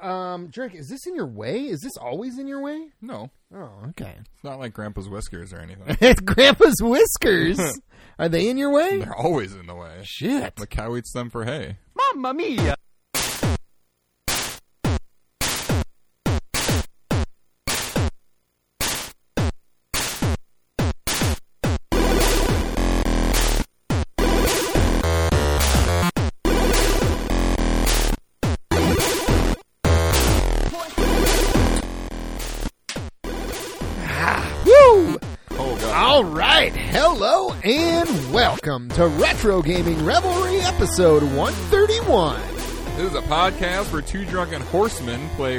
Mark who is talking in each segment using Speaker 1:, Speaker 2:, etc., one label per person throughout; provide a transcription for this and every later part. Speaker 1: Um, Drake, is this in your way? Is this always in your way?
Speaker 2: No,
Speaker 1: Oh, okay.
Speaker 2: it's not like Grandpa's whiskers or anything.
Speaker 1: It's Grandpa's whiskers. Are they in your way?
Speaker 2: They're always in the way.
Speaker 1: Shit.
Speaker 2: The cow eats them for hay.
Speaker 3: Mamma mia!
Speaker 1: Woo!
Speaker 2: Oh god.
Speaker 1: All right. Hello and welcome to Retro Gaming Revelry episode 131.
Speaker 2: This is a podcast where two drunken horsemen play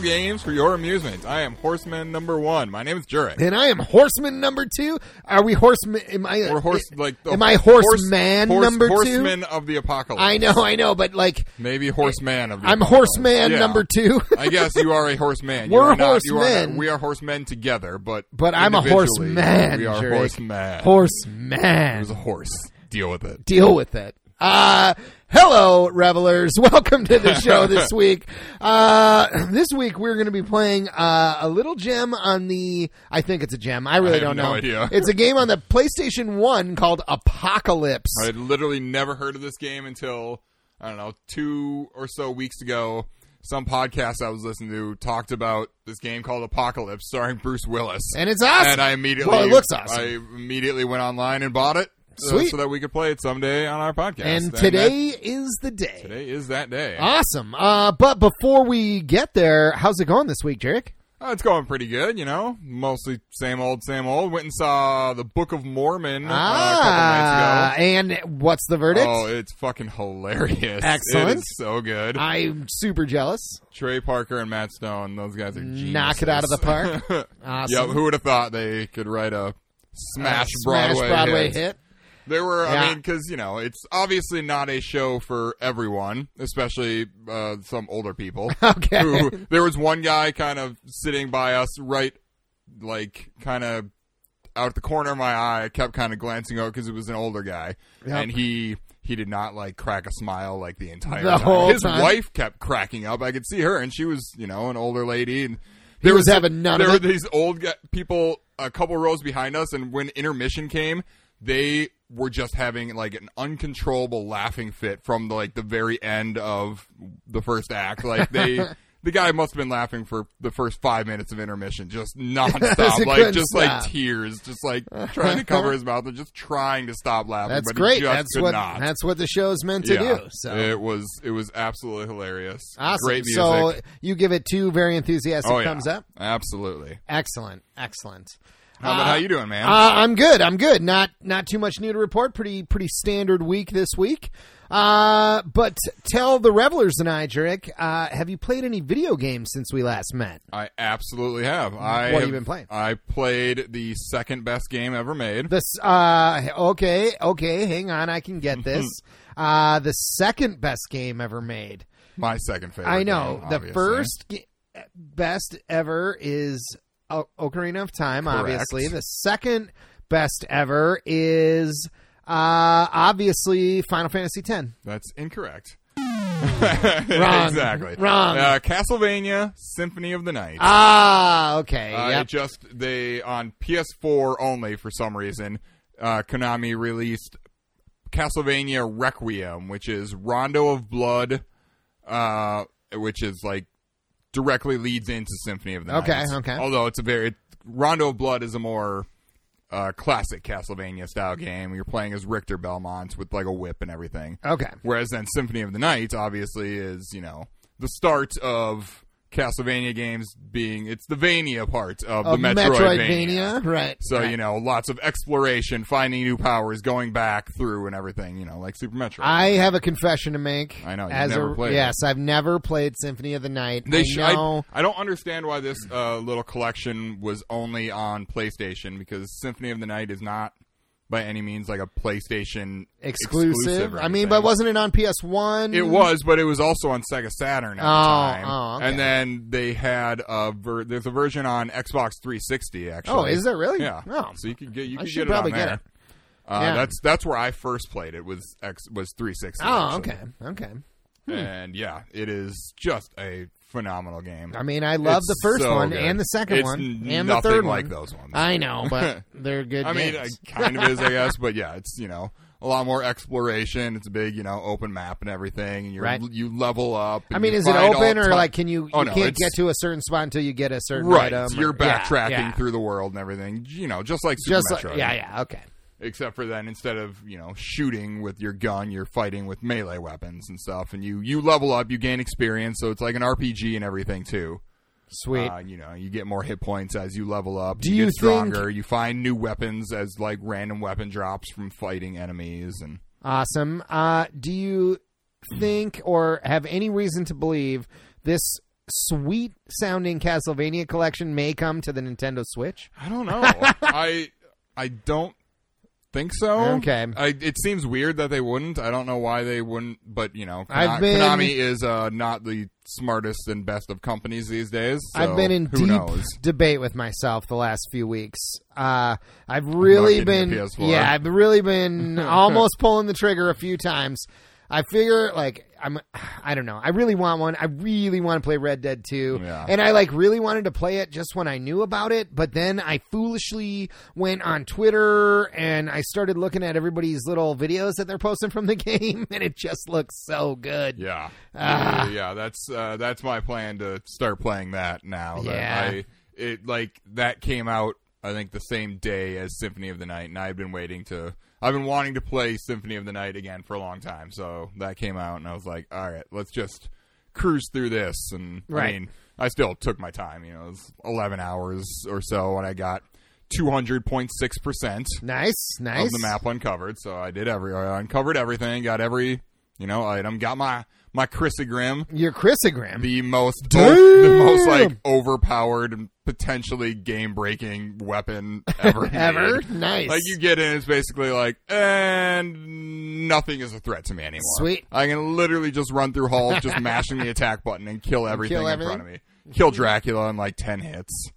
Speaker 2: games for your amusement. I am horseman number one. My name is Jurek.
Speaker 1: And I am horseman number 2. Are we horseman am I
Speaker 2: Or horse like the
Speaker 1: Am I
Speaker 2: horse-
Speaker 1: horseman
Speaker 2: horse-
Speaker 1: number 2?
Speaker 2: Horseman of the apocalypse.
Speaker 1: I know, I know, but like
Speaker 2: Maybe horseman of the
Speaker 1: I'm
Speaker 2: apocalypse.
Speaker 1: horseman
Speaker 2: Yeah.
Speaker 1: number 2.
Speaker 2: I guess you are a horseman. You
Speaker 1: We're
Speaker 2: are not- you are
Speaker 1: horsemen.
Speaker 2: not- we are horsemen together, but
Speaker 1: But I'm a
Speaker 2: individually,
Speaker 1: horseman,
Speaker 2: We are
Speaker 1: Jurek.
Speaker 2: horseman. It
Speaker 1: Horseman.
Speaker 2: was a horse. Deal with it.
Speaker 1: deal with it. Uh, hello, revelers. Welcome to the show this week. Uh, this week we're going to be playing uh, a little gem on the. I think it's a gem. I really
Speaker 2: I have
Speaker 1: don't
Speaker 2: no
Speaker 1: know.
Speaker 2: idea.
Speaker 1: It's a game on the PlayStation One called Apocalypse.
Speaker 2: I had literally never heard of this game until I don't know two or so weeks ago. Some podcast I was listening to talked about this game called Apocalypse, starring Bruce Willis,
Speaker 1: And it's awesome.
Speaker 2: And I immediately
Speaker 1: Well, it looks awesome.
Speaker 2: I immediately went online and bought it, uh,
Speaker 1: Sweet.
Speaker 2: so that we could play it someday on our podcast.
Speaker 1: and
Speaker 2: that-
Speaker 1: today is the day.
Speaker 2: today is that day.
Speaker 1: Awesome. Uh, but before we get there, how's it going this week, Jarek?
Speaker 2: Uh, it's going pretty good, you know. Mostly same old, same old. Went and saw the Book of Mormon uh, a couple nights
Speaker 1: Ah,
Speaker 2: ago.
Speaker 1: and what's the verdict?
Speaker 2: Oh, it's fucking hilarious!
Speaker 1: Excellent.
Speaker 2: It is so good.
Speaker 1: I'm super jealous.
Speaker 2: Trey Parker and Matt Stone, those guys are geniuses.
Speaker 1: Knock it out of the park. Awesome.
Speaker 2: yeah, who would have thought they could write a smash,
Speaker 1: Smash
Speaker 2: Broadway,
Speaker 1: Broadway
Speaker 2: hit?
Speaker 1: hit.
Speaker 2: There were,
Speaker 1: Yeah.
Speaker 2: I mean, because you know, it's obviously not a show for everyone, especially uh, some older people.
Speaker 1: Okay.
Speaker 2: Who there was one guy kind of sitting by us, right, like kind of out the corner of my eye. I kept kind of glancing over because it was an older guy,
Speaker 1: Yep.
Speaker 2: and he. He did not like crack a smile like the entire
Speaker 1: The
Speaker 2: time.
Speaker 1: whole
Speaker 2: His
Speaker 1: time?
Speaker 2: wife kept cracking up. I could see her, and she was, you know, an older lady, and
Speaker 1: He
Speaker 2: there
Speaker 1: was having none of
Speaker 2: there
Speaker 1: it.
Speaker 2: were these old gu people a couple rows behind us, and when intermission came, they were just having like an uncontrollable laughing fit from like the very end of the first act. Like they, the guy must have been laughing for the first five minutes of intermission, just
Speaker 1: He
Speaker 2: nonstop,
Speaker 1: couldn't
Speaker 2: like just
Speaker 1: stop.
Speaker 2: like tears, just like trying to cover his mouth and just trying to stop laughing.
Speaker 1: That's
Speaker 2: but
Speaker 1: great.
Speaker 2: He just
Speaker 1: That's
Speaker 2: could
Speaker 1: what
Speaker 2: Not.
Speaker 1: that's what the show's meant to
Speaker 2: Yeah.
Speaker 1: do. So
Speaker 2: it was it was absolutely hilarious.
Speaker 1: awesome.
Speaker 2: Great music.
Speaker 1: So you give it two very enthusiastic
Speaker 2: oh yeah,
Speaker 1: thumbs up.
Speaker 2: absolutely.
Speaker 1: Excellent, excellent.
Speaker 2: How about how you doing, man?
Speaker 1: Uh, I'm good. I'm good. Not not too much new to report. Pretty pretty standard week this week. Uh, but tell the revelers and I, Jurek, uh, have you played any video games since we last met?
Speaker 2: I absolutely have. I
Speaker 1: What have
Speaker 2: have
Speaker 1: you been playing?
Speaker 2: I played the second best game ever made.
Speaker 1: This uh, okay, okay, hang on, I can get this. uh, the second best game ever made.
Speaker 2: my second favorite.
Speaker 1: I know.
Speaker 2: game,
Speaker 1: the
Speaker 2: obviously.
Speaker 1: first ge- best ever is O- Ocarina of Time, obviously. The second best ever is uh, obviously Final Fantasy X.
Speaker 2: That's incorrect.
Speaker 1: Wrong.
Speaker 2: exactly.
Speaker 1: Wrong.
Speaker 2: Uh, Castlevania Symphony of the Night.
Speaker 1: Ah, okay.
Speaker 2: Uh,
Speaker 1: yep.
Speaker 2: It just they on PS4 only for some reason. Uh, Konami released Castlevania Requiem, which is Rondo of Blood, uh, which is like directly leads into Symphony of the
Speaker 1: Okay,
Speaker 2: Night.
Speaker 1: okay.
Speaker 2: Although it's a very it, Rondo of Blood is a more uh, classic Castlevania style game. You're playing as Richter Belmont with like a whip and everything.
Speaker 1: Okay.
Speaker 2: Whereas then Symphony of the Night obviously is, you know, the start of Castlevania games being it's the Vania part of,
Speaker 1: Of
Speaker 2: the Metroidvania.
Speaker 1: Right.
Speaker 2: So,
Speaker 1: right.
Speaker 2: you know, lots of exploration, finding new powers, going back through and everything, you know, like Super Metroid.
Speaker 1: I have a confession to make.
Speaker 2: I know, you've
Speaker 1: As
Speaker 2: never
Speaker 1: a,
Speaker 2: played it.
Speaker 1: Yes, I've never played Symphony of the Night.
Speaker 2: they
Speaker 1: I
Speaker 2: sh-
Speaker 1: know-
Speaker 2: I, I don't understand why this uh, little collection was only on PlayStation because Symphony of the Night is not by any means like a PlayStation
Speaker 1: exclusive.
Speaker 2: exclusive or
Speaker 1: I mean,
Speaker 2: anything.
Speaker 1: but wasn't it on PS One?
Speaker 2: It was, but it was also on Sega Saturn at the
Speaker 1: Oh,
Speaker 2: time.
Speaker 1: oh, okay.
Speaker 2: And then they had a ver- there's a version on Xbox 360 actually.
Speaker 1: Oh, is there really?
Speaker 2: Yeah.
Speaker 1: Oh.
Speaker 2: So you could get you
Speaker 1: I
Speaker 2: could
Speaker 1: should
Speaker 2: get it
Speaker 1: probably
Speaker 2: on
Speaker 1: get
Speaker 2: there.
Speaker 1: it.
Speaker 2: Uh,
Speaker 1: Yeah.
Speaker 2: That's that's where I first played it was X was 360.
Speaker 1: Oh, Hmm.
Speaker 2: actually.
Speaker 1: okay. Okay.
Speaker 2: And yeah, it is just a phenomenal game.
Speaker 1: I mean, I love
Speaker 2: It's
Speaker 1: the first
Speaker 2: so
Speaker 1: one
Speaker 2: good.
Speaker 1: and the second
Speaker 2: It's
Speaker 1: one and the
Speaker 2: nothing
Speaker 1: third
Speaker 2: like
Speaker 1: one.
Speaker 2: those ones.
Speaker 1: I know, but they're good.
Speaker 2: I mean,
Speaker 1: games.
Speaker 2: it kind of is, I guess, but yeah, it's you know a lot more exploration. It's a big, you know, open map and everything, and you
Speaker 1: Right.
Speaker 2: you level up. and
Speaker 1: I mean,
Speaker 2: you
Speaker 1: is it
Speaker 2: find all
Speaker 1: open or
Speaker 2: ti-
Speaker 1: like can you?
Speaker 2: Oh,
Speaker 1: you
Speaker 2: no,
Speaker 1: can't
Speaker 2: it's-
Speaker 1: get to a certain spot until you get a certain
Speaker 2: right?
Speaker 1: item.
Speaker 2: you're
Speaker 1: or- yeah,
Speaker 2: backtracking
Speaker 1: yeah.
Speaker 2: through the world and everything, you know, just like Super
Speaker 1: Just like,
Speaker 2: Metroid.
Speaker 1: yeah, yeah, okay,
Speaker 2: Except for then, instead of you know shooting with your gun, you're fighting with melee weapons and stuff, and you you level up, you gain experience, so it's like an RPG and everything too.
Speaker 1: sweet.
Speaker 2: Uh, you know, you get more hit points as you level up.
Speaker 1: Do
Speaker 2: you,
Speaker 1: you
Speaker 2: get
Speaker 1: think-
Speaker 2: stronger. You find new weapons as like random weapon drops from fighting enemies, and
Speaker 1: Awesome. Uh, do you think or have any reason to believe this sweet sounding Castlevania collection may come to the Nintendo Switch?
Speaker 2: I don't know. I I don't think so.
Speaker 1: Okay.
Speaker 2: I, it seems weird that they wouldn't. I don't know why they wouldn't, but you know,
Speaker 1: I've
Speaker 2: Kona-
Speaker 1: been-
Speaker 2: Konami is uh, not the smartest and best of companies these days. so
Speaker 1: I've been in
Speaker 2: who
Speaker 1: deep
Speaker 2: knows?
Speaker 1: debate with myself the last few weeks. Uh, I've really
Speaker 2: About getting
Speaker 1: been,
Speaker 2: the PS4.
Speaker 1: yeah, I've really been almost pulling the trigger a few times. I figure, like, I'm, I don't know. I really want one. I really want to play Red Dead 2.
Speaker 2: Yeah.
Speaker 1: And I, like, really wanted to play it just when I knew about it. But then I foolishly went on Twitter and I started looking at everybody's little videos that they're posting from the game. And it just looks so good. Ah.
Speaker 2: Yeah, yeah. That's uh, that's my plan to start playing that now. that
Speaker 1: Yeah.
Speaker 2: I, it like that came out. I think the same day as Symphony of the Night, and I've been waiting to. I've been wanting to play Symphony of the Night again for a long time. So that came out, and I was like, all right, let's just cruise through this. And I
Speaker 1: Right.
Speaker 2: mean, I still took my time. You know, it was eleven hours or so, and I got two hundred point six percent
Speaker 1: Nice, nice.
Speaker 2: of the map uncovered. So I did every, I uncovered everything, got every, you know, item, got my my chrysogram,
Speaker 1: Your chrysogram.
Speaker 2: the most,
Speaker 1: Damn!
Speaker 2: the most like overpowered and potentially game breaking weapon ever.
Speaker 1: Ever?
Speaker 2: made.
Speaker 1: Nice.
Speaker 2: Like you get in, it's basically like, and nothing is a threat to me anymore.
Speaker 1: Sweet.
Speaker 2: I can literally just run through halls, just mashing the attack button and kill everything in front of me. Kill Dracula in like ten hits.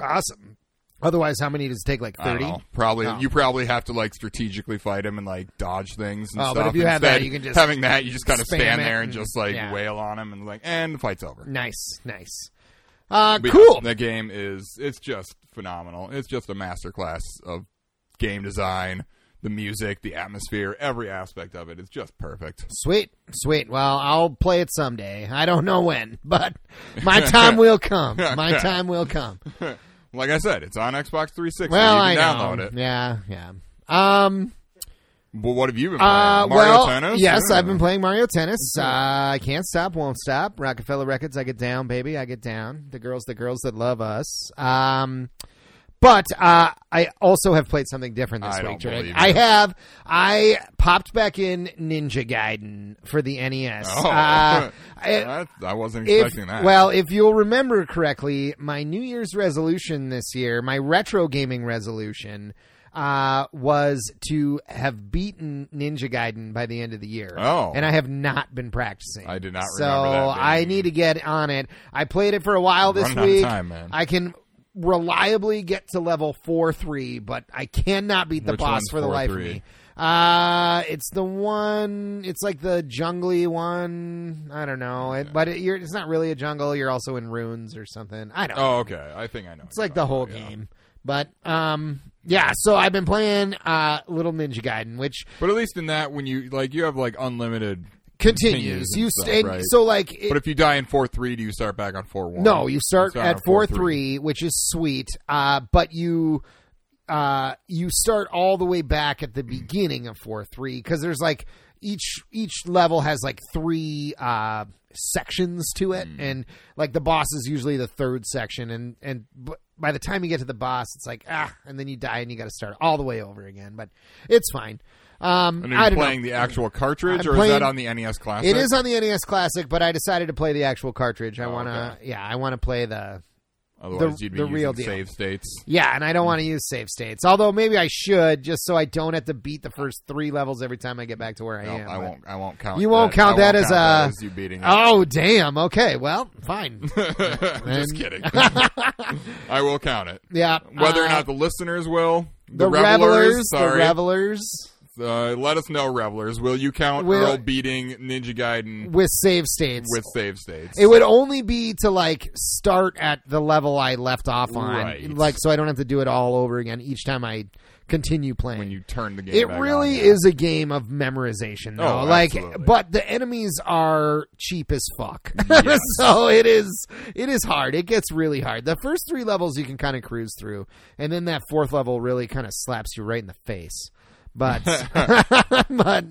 Speaker 1: Awesome. Otherwise, how many does it take? Like
Speaker 2: I don't
Speaker 1: thirty.
Speaker 2: know. Probably
Speaker 1: Oh.
Speaker 2: you probably have to like strategically fight him and like dodge things and
Speaker 1: Oh,
Speaker 2: stuff.
Speaker 1: but if you have that,
Speaker 2: Instead,
Speaker 1: you can just
Speaker 2: having that you just kind of
Speaker 1: spam
Speaker 2: stand
Speaker 1: it
Speaker 2: there and
Speaker 1: and-
Speaker 2: just like
Speaker 1: yeah.
Speaker 2: wail on him and like and the fight's over.
Speaker 1: Nice, nice. Uh,
Speaker 2: But
Speaker 1: cool.
Speaker 2: yeah, that game is it's just phenomenal. It's just a masterclass of game design, the music, the atmosphere, every aspect of it. It's just perfect.
Speaker 1: Sweet, sweet. Well, I'll play it someday. I don't know when, but my time will come. My time will come.
Speaker 2: Like I said, it's on Xbox 360.
Speaker 1: Well, I
Speaker 2: you can download
Speaker 1: know.
Speaker 2: it.
Speaker 1: Yeah, yeah. Um.
Speaker 2: But what have you been playing?
Speaker 1: Uh.
Speaker 2: Mario
Speaker 1: well.
Speaker 2: Tennis?
Speaker 1: Yes,
Speaker 2: Yeah.
Speaker 1: I've been playing Mario Tennis. Uh, I can't stop, won't stop. Rockefeller Records. I get down, baby. I get down. The girls, the girls that love us. Um. But uh, I also have played something different this
Speaker 2: I
Speaker 1: week,
Speaker 2: don't
Speaker 1: Drake.
Speaker 2: believe
Speaker 1: I
Speaker 2: you.
Speaker 1: have. I popped back in Ninja Gaiden for the NES.
Speaker 2: Oh,
Speaker 1: Uh, I-
Speaker 2: I, I wasn't
Speaker 1: if,
Speaker 2: expecting that.
Speaker 1: well, if you'll remember correctly, my New Year's resolution this year, my retro gaming resolution, uh, was to have beaten Ninja Gaiden by the end of the year.
Speaker 2: Oh.
Speaker 1: and I have not been practicing.
Speaker 2: I did not
Speaker 1: So
Speaker 2: remember that being-
Speaker 1: I need to get on it. I played it for a while this
Speaker 2: Running out of
Speaker 1: week.
Speaker 2: time, man.
Speaker 1: I can reliably get to level four three, but I cannot beat the
Speaker 2: Which
Speaker 1: boss
Speaker 2: one's
Speaker 1: for the life of
Speaker 2: 4-3?
Speaker 1: me. Uh, it's the one. It's like the jungly one. I don't know, it, but it, you're, it's not really a jungle. You're also in ruins or something. I don't. know.
Speaker 2: oh, okay. I think I know.
Speaker 1: It's like the whole game. But um, yeah. So I've been playing uh, Little Ninja Gaiden, which
Speaker 2: But at least in that, when you like, you have like unlimited.
Speaker 1: continues.
Speaker 2: Continues and
Speaker 1: You
Speaker 2: stuff,
Speaker 1: stay.
Speaker 2: right.
Speaker 1: So like, it,
Speaker 2: But if you die in four three, do you start back on four one?
Speaker 1: No, you start
Speaker 2: Start on
Speaker 1: at four three, which is sweet. Uh, but you uh, you start all the way back at the beginning of four three because there's like each each level has like three uh, sections to it, and like the boss is usually the third section, and and. b by the time you get to the boss, it's like ah, and then you die and you got to start all the way over again. But it's fine. Um,
Speaker 2: And
Speaker 1: I
Speaker 2: are you
Speaker 1: don't know.
Speaker 2: playing the actual cartridge,
Speaker 1: I'm
Speaker 2: or is
Speaker 1: playing-
Speaker 2: that on the NES Classic?
Speaker 1: It is on the Oh, NES Classic, but I decided to play the actual cartridge. I want to, yeah, I want to play the
Speaker 2: Otherwise,
Speaker 1: the-
Speaker 2: you'd be
Speaker 1: the
Speaker 2: using
Speaker 1: real deal.
Speaker 2: save states.
Speaker 1: yeah, and I
Speaker 2: Hmm.
Speaker 1: don't want to use save states. Although maybe I should, just so I don't have to beat the first three levels every time I get back to where I
Speaker 2: No,
Speaker 1: am.
Speaker 2: I
Speaker 1: but-
Speaker 2: won't. I won't count.
Speaker 1: You won't
Speaker 2: that.
Speaker 1: count
Speaker 2: I won't
Speaker 1: that as a-
Speaker 2: as you beating. it.
Speaker 1: Oh damn! Okay, well, fine.
Speaker 2: Just
Speaker 1: and-
Speaker 2: kidding. I will count it.
Speaker 1: Yeah,
Speaker 2: Whether or
Speaker 1: uh,
Speaker 2: not the listeners will, the,
Speaker 1: the revelers, the
Speaker 2: sorry,
Speaker 1: revelers.
Speaker 2: Uh, let us know, revelers. Will you count
Speaker 1: Will-
Speaker 2: Earl beating Ninja Gaiden
Speaker 1: with save states.
Speaker 2: with save states?
Speaker 1: it would only be to like start at the level I left off on,
Speaker 2: Right.
Speaker 1: like so I don't have to do it all over again each time I continue playing.
Speaker 2: when you turn the game.
Speaker 1: it
Speaker 2: back
Speaker 1: really
Speaker 2: on.
Speaker 1: is a game of memorization, though.
Speaker 2: Oh,
Speaker 1: like,
Speaker 2: absolutely.
Speaker 1: but the enemies are cheap as fuck,
Speaker 2: Yes.
Speaker 1: so it is it is hard. It gets really hard. The first three levels you can kind of cruise through, and then that fourth level really kind of slaps you right in the face. But but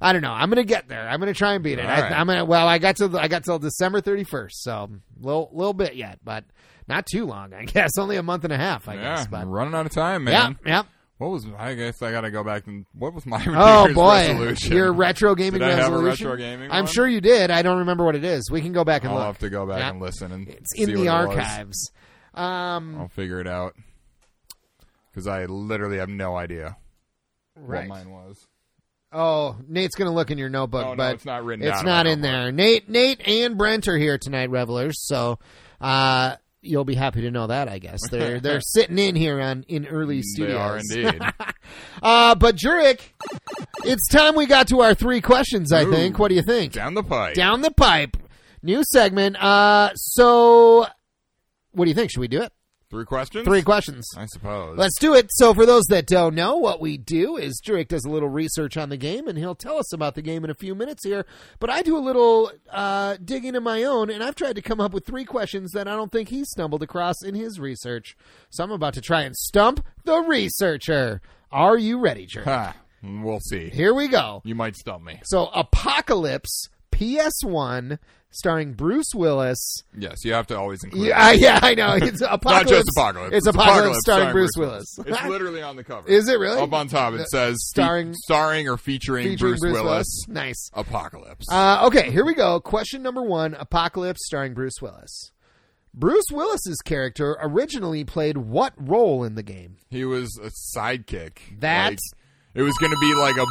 Speaker 1: I don't know. I'm gonna get there. I'm gonna try and beat it.
Speaker 2: All
Speaker 1: I,
Speaker 2: right.
Speaker 1: I'm gonna. Well, I got to I got till December 31st, so little little bit yet, but not too long, I guess. Only a month and a half, I
Speaker 2: Yeah,
Speaker 1: guess. But
Speaker 2: I'm running out of time, man.
Speaker 1: yeah, yeah.
Speaker 2: What was I guess I gotta go back and what was my
Speaker 1: Oh
Speaker 2: New Year's
Speaker 1: boy,
Speaker 2: resolution?
Speaker 1: your retro gaming
Speaker 2: Did I have a
Speaker 1: resolution.
Speaker 2: retro gaming
Speaker 1: I'm
Speaker 2: one?
Speaker 1: sure you did. I don't remember what it is. We can go back and
Speaker 2: I'll
Speaker 1: look.
Speaker 2: have to go back
Speaker 1: Yeah.
Speaker 2: and listen and
Speaker 1: It's
Speaker 2: see
Speaker 1: in the
Speaker 2: what it was.
Speaker 1: archives. Um,
Speaker 2: I'll figure it out because I literally have no idea
Speaker 1: right.
Speaker 2: what mine was.
Speaker 1: Oh, Nate's gonna look in your notebook,
Speaker 2: Oh, no,
Speaker 1: but
Speaker 2: it's not written.
Speaker 1: it's
Speaker 2: down
Speaker 1: not
Speaker 2: my
Speaker 1: in
Speaker 2: notebook.
Speaker 1: there. Nate, Nate, and Brent are here tonight, revelers. So, uh, you'll be happy to know that. I guess they're they're sitting in here on in early studios.
Speaker 2: They are indeed.
Speaker 1: Uh, but Jurek, it's time we got to our three questions. I
Speaker 2: Ooh.
Speaker 1: think. What do you think?
Speaker 2: Down the pipe.
Speaker 1: down the pipe. New segment. Uh, so what do you think? Should we do it?
Speaker 2: Three questions.
Speaker 1: Three questions.
Speaker 2: I suppose.
Speaker 1: Let's do it. So for those that don't know, what we do is Drake does a little research on the game, and he'll tell us about the game in a few minutes here. But I do a little uh, digging of my own, and I've tried to come up with three questions that I don't think he stumbled across in his research. So I'm about to try and stump the researcher. Are you ready, Drake?
Speaker 2: Ha. We'll see.
Speaker 1: Here we go.
Speaker 2: You might stump me.
Speaker 1: So Apocalypse PS1 starring Bruce Willis.
Speaker 2: Yes, you have to always include.
Speaker 1: Yeah, I- yeah, I know. It's
Speaker 2: Not
Speaker 1: Apocalypse.
Speaker 2: just apocalypse.
Speaker 1: It's, Apocalypse, starring Bruce Willis.
Speaker 2: It's literally on the cover.
Speaker 1: Is it really?
Speaker 2: Up on top, it says fe-
Speaker 1: starring-
Speaker 2: starring or featuring,
Speaker 1: Featuring
Speaker 2: Bruce, Willis.
Speaker 1: Nice.
Speaker 2: Apocalypse.
Speaker 1: Uh, okay, here we go. Question number one Apocalypse starring Bruce Willis. Bruce Willis's character originally played what role in the game?
Speaker 2: he was a sidekick.
Speaker 1: That-
Speaker 2: Like, it was going to be like a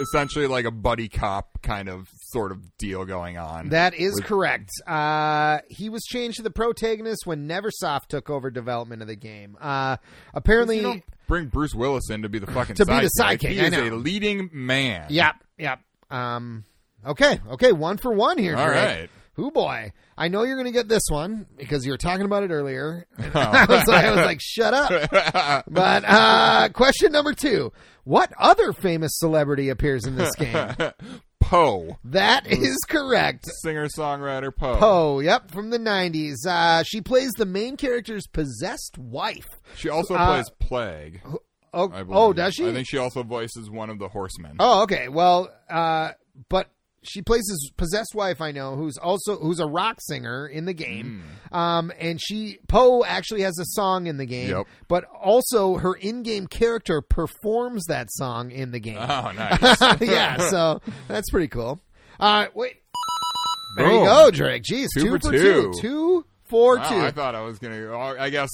Speaker 2: essentially like a buddy cop kind of sort of deal going on.
Speaker 1: That is correct. Uh, he was changed to the protagonist when Neversoft took over development of the game. Uh, apparently.
Speaker 2: you don't bring Bruce Willis in to be the fucking
Speaker 1: To be
Speaker 2: sidekick.
Speaker 1: the sidekick,
Speaker 2: He
Speaker 1: I
Speaker 2: is
Speaker 1: know.
Speaker 2: a leading man.
Speaker 1: Yep, yep. Um, okay, okay, one for one here.
Speaker 2: All
Speaker 1: Drake.
Speaker 2: right.
Speaker 1: Who boy? I know you're going to get this one because you were talking about it earlier. I,
Speaker 2: Oh.
Speaker 1: was like, I was like, shut up. But uh, question number two: What other famous celebrity appears in this game?
Speaker 2: Poe,
Speaker 1: That is correct.
Speaker 2: singer songwriter Poe.
Speaker 1: Oh, yep, from the '90s. Uh, she plays the main character's possessed wife.
Speaker 2: She also
Speaker 1: Uh,
Speaker 2: plays Plague.
Speaker 1: Oh,
Speaker 2: I believe.
Speaker 1: oh, does she?
Speaker 2: I think she also voices one of the horsemen.
Speaker 1: Oh, okay. Well, uh, but she plays his possessed wife. I know who's also who's a rock singer in the game.
Speaker 2: Mm.
Speaker 1: Um, and she Poe actually has a song in the game.
Speaker 2: Yep.
Speaker 1: But also her in-game character performs that song in the game.
Speaker 2: Oh, nice.
Speaker 1: yeah. So that's pretty cool. Uh, wait. There you
Speaker 2: Boom.
Speaker 1: go, Drake. Jeez,
Speaker 2: Two
Speaker 1: two,
Speaker 2: for
Speaker 1: for
Speaker 2: two.
Speaker 1: two, two for
Speaker 2: Wow,
Speaker 1: two.
Speaker 2: I thought I was gonna. oh, I guess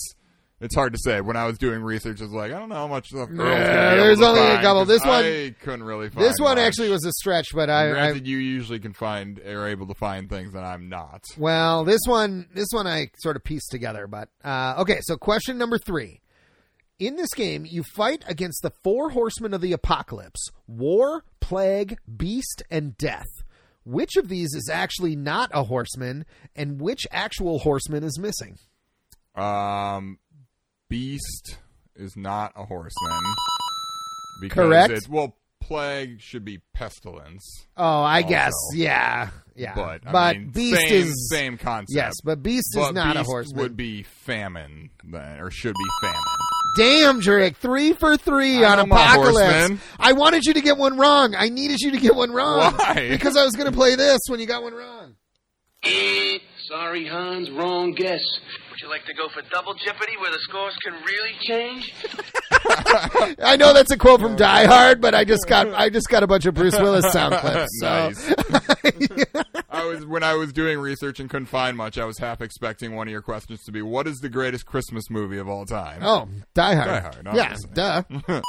Speaker 2: it's hard to say. When I was doing research, I was like, I don't know how much stuff. Earl's
Speaker 1: Yeah,
Speaker 2: gonna be able
Speaker 1: there's
Speaker 2: to
Speaker 1: only a
Speaker 2: find,
Speaker 1: couple.
Speaker 2: 'cause
Speaker 1: This one-
Speaker 2: I couldn't really. Find
Speaker 1: this one
Speaker 2: much.
Speaker 1: actually was a stretch, but I, I
Speaker 2: Granted, you usually can find are able to find things that I'm not.
Speaker 1: Well, this one, this one I sort of pieced together, but uh, okay. So, question number three: In this game, you fight against the four horsemen of the apocalypse: war, plague, beast, and death. Which of these is actually not a horseman, and which actual horseman is missing?
Speaker 2: Um, Beast is not a horseman. Because
Speaker 1: Correct.
Speaker 2: It, well, plague should be pestilence,
Speaker 1: Oh, I
Speaker 2: Also.
Speaker 1: guess, yeah, yeah.
Speaker 2: but I mean,
Speaker 1: beast
Speaker 2: same,
Speaker 1: is
Speaker 2: same concept.
Speaker 1: yes, but beast
Speaker 2: But
Speaker 1: is not
Speaker 2: beast
Speaker 1: a horseman.
Speaker 2: Would be famine then, or should be famine.
Speaker 1: Damn, Drake, three for three
Speaker 2: I
Speaker 1: on
Speaker 2: know my
Speaker 1: Apocalypse.
Speaker 2: horseman.
Speaker 1: I wanted you to get one wrong. I needed you to get one wrong.
Speaker 2: Why?
Speaker 1: Because I was going to play this when you got one wrong.
Speaker 3: Eh, Sorry, Hans, wrong guess. Would you like to go for double jeopardy where the scores can really change?
Speaker 1: I know that's a quote from Die Hard, but I just got I just got a bunch of Bruce Willis sound clips. So.
Speaker 2: nice. I was when I was doing research and couldn't find much. I was half expecting one of your questions to be, "What is the greatest Christmas movie of all time?"
Speaker 1: Oh, Die Hard.
Speaker 2: Die Hard,
Speaker 1: yeah,
Speaker 2: obviously.
Speaker 1: duh.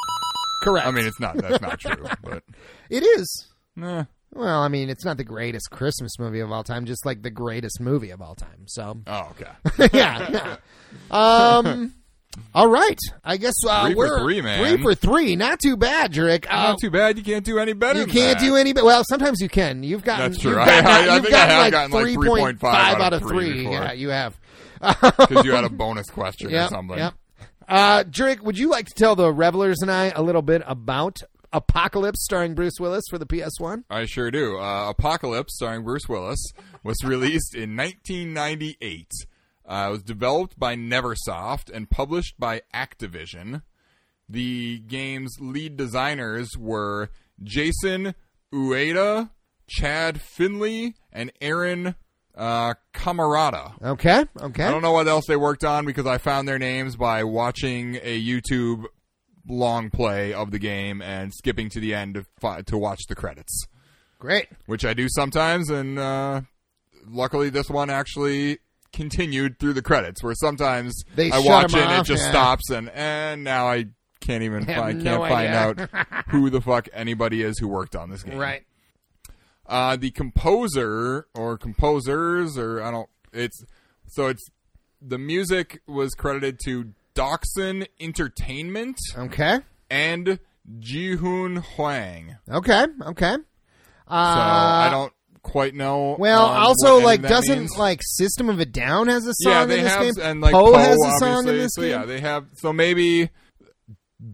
Speaker 1: Correct.
Speaker 2: I mean, it's not that's not true, but
Speaker 1: it is.
Speaker 2: eh,
Speaker 1: Well, I mean, it's not the greatest Christmas movie of all time, just like the greatest movie of all time. So,
Speaker 2: oh okay.
Speaker 1: yeah, yeah. Um, All right, I guess uh,
Speaker 2: Three for
Speaker 1: we're
Speaker 2: three, man.
Speaker 1: Three for three, not too bad, Jurek. Uh,
Speaker 2: Not too bad. Oh. You can't do any better.
Speaker 1: you
Speaker 2: than
Speaker 1: can't
Speaker 2: that.
Speaker 1: do any. Well, sometimes you can. You've gotten.
Speaker 2: That's true.
Speaker 1: You've
Speaker 2: I-
Speaker 1: gotten,
Speaker 2: I- I
Speaker 1: you've
Speaker 2: think I
Speaker 1: gotten
Speaker 2: have
Speaker 1: like
Speaker 2: gotten, like,
Speaker 1: 3.5 out of
Speaker 2: three
Speaker 1: three.
Speaker 2: before.
Speaker 1: Yeah, you have.
Speaker 2: because you had a bonus question
Speaker 1: Yeah.
Speaker 2: or something.
Speaker 1: Yep. Uh, Jurek, would you like to tell the revelers and I a little bit about Apocalypse, starring Bruce Willis for the PS One?
Speaker 2: I sure do. Uh, Apocalypse, starring Bruce Willis, was released in 1998. Uh, it was developed by Neversoft and published by Activision. The game's lead designers were Jason Ueda, Chad Finley, and Aaron uh, Camarada.
Speaker 1: Okay. Okay.
Speaker 2: I don't know what else they worked on because I found their names by watching a YouTube long play of the game and skipping to the end to, fi- to watch the credits,
Speaker 1: Great.
Speaker 2: which I do sometimes. And uh, luckily, this one actually continued through the credits, where sometimes
Speaker 1: They
Speaker 2: I
Speaker 1: shut
Speaker 2: watch it
Speaker 1: 'em
Speaker 2: and it
Speaker 1: off,
Speaker 2: just
Speaker 1: yeah.
Speaker 2: stops, and and now I can't even
Speaker 1: have
Speaker 2: find,
Speaker 1: no
Speaker 2: can't find
Speaker 1: idea.
Speaker 2: out who the fuck anybody is who worked on this game.
Speaker 1: Right.
Speaker 2: Uh, the composer or composers or I don't. It's so it's the music was credited to Doxon Entertainment
Speaker 1: Okay.
Speaker 2: and Jihoon Huang. So
Speaker 1: Okay. Okay. Uh,
Speaker 2: I don't quite know.
Speaker 1: Well,
Speaker 2: um, what
Speaker 1: also
Speaker 2: any of
Speaker 1: like
Speaker 2: that
Speaker 1: doesn't
Speaker 2: means.
Speaker 1: like System of a Down has a song
Speaker 2: yeah they
Speaker 1: in this
Speaker 2: have
Speaker 1: game,
Speaker 2: and like
Speaker 1: Poe has a
Speaker 2: obviously.
Speaker 1: song in this
Speaker 2: so
Speaker 1: game.
Speaker 2: yeah, they have. So maybe.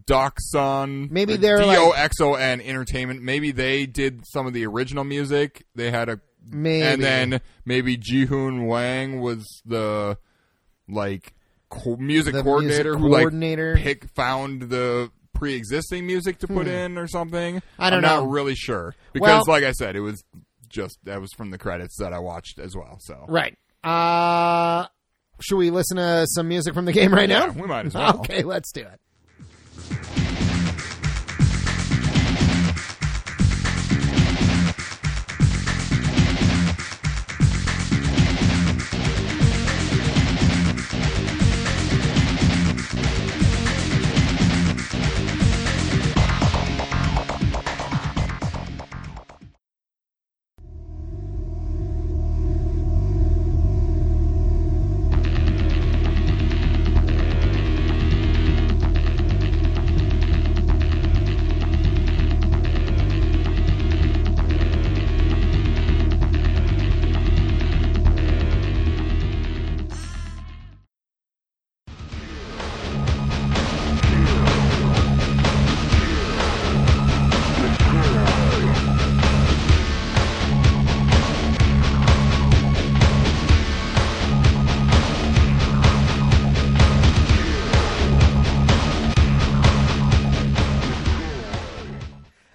Speaker 2: Doxon, uh,
Speaker 1: Maybe
Speaker 2: or
Speaker 1: they're, like-
Speaker 2: D-O-X-O-N Entertainment. Maybe they did some of the original music. They had a
Speaker 1: Maybe.
Speaker 2: And then maybe Jihoon Wang was the like co- music
Speaker 1: The music
Speaker 2: coordinator
Speaker 1: coordinator. Hmm.
Speaker 2: who like pick, found the pre-existing music to put in or something.
Speaker 1: I don't
Speaker 2: I'm not
Speaker 1: know.
Speaker 2: really sure
Speaker 1: Well-
Speaker 2: because, like I said, it was just that was from the credits that I watched as well. So
Speaker 1: right. Uh, should we listen to some music from the game right
Speaker 2: yeah,
Speaker 1: now?
Speaker 2: we might as well.
Speaker 1: Okay, let's do it.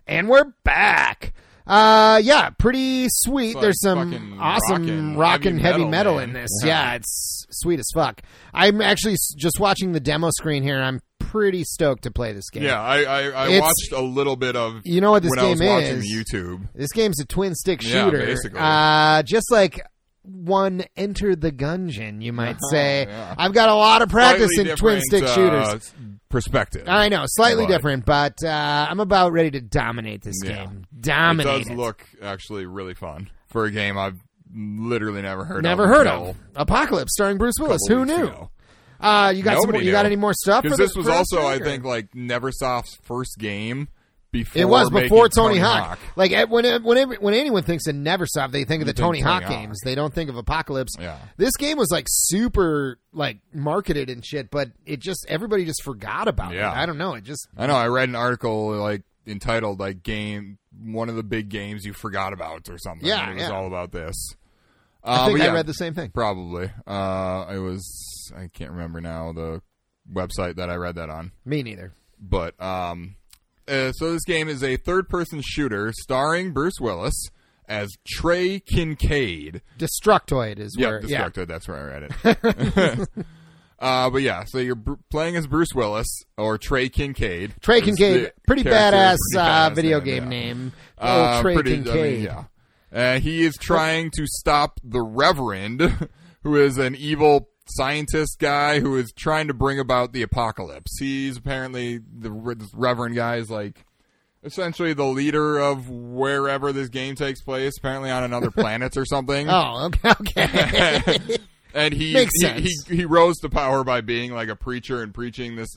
Speaker 1: And we're back. Uh, yeah, pretty sweet.
Speaker 2: like
Speaker 1: There's some
Speaker 2: fucking
Speaker 1: awesome
Speaker 2: rockin'
Speaker 1: rockin'
Speaker 2: heavy
Speaker 1: heavy
Speaker 2: metal,
Speaker 1: metal,
Speaker 2: man.
Speaker 1: in this.
Speaker 2: Yeah.
Speaker 1: Yeah, it's sweet as fuck. I'm actually s- just watching the demo screen here. and I'm pretty stoked to play this game.
Speaker 2: Yeah, I I, I
Speaker 1: It's-
Speaker 2: watched a little bit of
Speaker 1: You know what this
Speaker 2: when I was
Speaker 1: game
Speaker 2: watching
Speaker 1: is?
Speaker 2: YouTube.
Speaker 1: This game's a twin stick
Speaker 2: Yeah,
Speaker 1: shooter.
Speaker 2: basically.
Speaker 1: Uh, just like one Enter the Gungeon, you might say.
Speaker 2: Uh-huh, yeah.
Speaker 1: I've got a lot of practice
Speaker 2: Slightly
Speaker 1: in twin
Speaker 2: different,
Speaker 1: stick
Speaker 2: uh,
Speaker 1: shooters.
Speaker 2: perspective.
Speaker 1: I know, slightly
Speaker 2: but-
Speaker 1: different, but uh, I'm about ready to dominate this
Speaker 2: Yeah.
Speaker 1: game.
Speaker 2: It
Speaker 1: Dominate.
Speaker 2: does look actually really fun for a game I've literally never heard
Speaker 1: Never
Speaker 2: of.
Speaker 1: heard
Speaker 2: until
Speaker 1: of Apocalypse starring Bruce Willis. Who
Speaker 2: couple weeks
Speaker 1: knew?
Speaker 2: ago.
Speaker 1: Uh, you got some,
Speaker 2: Nobody
Speaker 1: you got
Speaker 2: knew.
Speaker 1: any more stuff? for
Speaker 2: Because this
Speaker 1: the-
Speaker 2: was
Speaker 1: for
Speaker 2: also, I
Speaker 1: trailer?
Speaker 2: think, like Neversoft's first game before
Speaker 1: It was
Speaker 2: making
Speaker 1: before Tony,
Speaker 2: Tony
Speaker 1: Hawk.
Speaker 2: Hawk.
Speaker 1: Like at- when when every- when anyone thinks of NeverSoft, they think of the
Speaker 2: think
Speaker 1: Tony,
Speaker 2: Tony
Speaker 1: Hawk,
Speaker 2: Hawk.
Speaker 1: games. They don't think of Apocalypse.
Speaker 2: Yeah.
Speaker 1: This game was like super like marketed and shit, but it just everybody just forgot about
Speaker 2: Yeah.
Speaker 1: it. I don't know. It just
Speaker 2: I know. I read an article like entitled like game one of the big games you forgot about or something.
Speaker 1: Yeah,
Speaker 2: and it was
Speaker 1: yeah.
Speaker 2: all about this. Uh,
Speaker 1: I think
Speaker 2: but
Speaker 1: I
Speaker 2: yeah,
Speaker 1: read the same thing.
Speaker 2: probably. Uh, it was I can't remember now the website that I read that on.
Speaker 1: Me neither.
Speaker 2: but um, uh, so this game is a third-person shooter starring Bruce Willis as Trey Kincaid.
Speaker 1: Destructoid is
Speaker 2: Yeah,
Speaker 1: where yeah.
Speaker 2: Destructoid. That's where I read it. uh, but yeah, so you're br- playing as Bruce Willis or Trey Kincaid.
Speaker 1: Trey
Speaker 2: It's
Speaker 1: Kincaid,
Speaker 2: the
Speaker 1: pretty
Speaker 2: character,
Speaker 1: badass,
Speaker 2: pretty
Speaker 1: uh,
Speaker 2: badass
Speaker 1: video
Speaker 2: name,
Speaker 1: game
Speaker 2: yeah.
Speaker 1: name.
Speaker 2: Uh,
Speaker 1: oh, Trey
Speaker 2: pretty- I mean,
Speaker 1: Kincaid.
Speaker 2: yeah. Uh, he is trying to stop the Reverend, who is an evil scientist guy who is trying to bring about the apocalypse. He's apparently the re- this Reverend guy is like essentially the leader of wherever this game takes place, apparently on another planet or something.
Speaker 1: Oh, okay. okay.
Speaker 2: and he
Speaker 1: Oh. Makes
Speaker 2: he,
Speaker 1: sense.
Speaker 2: he he rose to power by being like a preacher and preaching this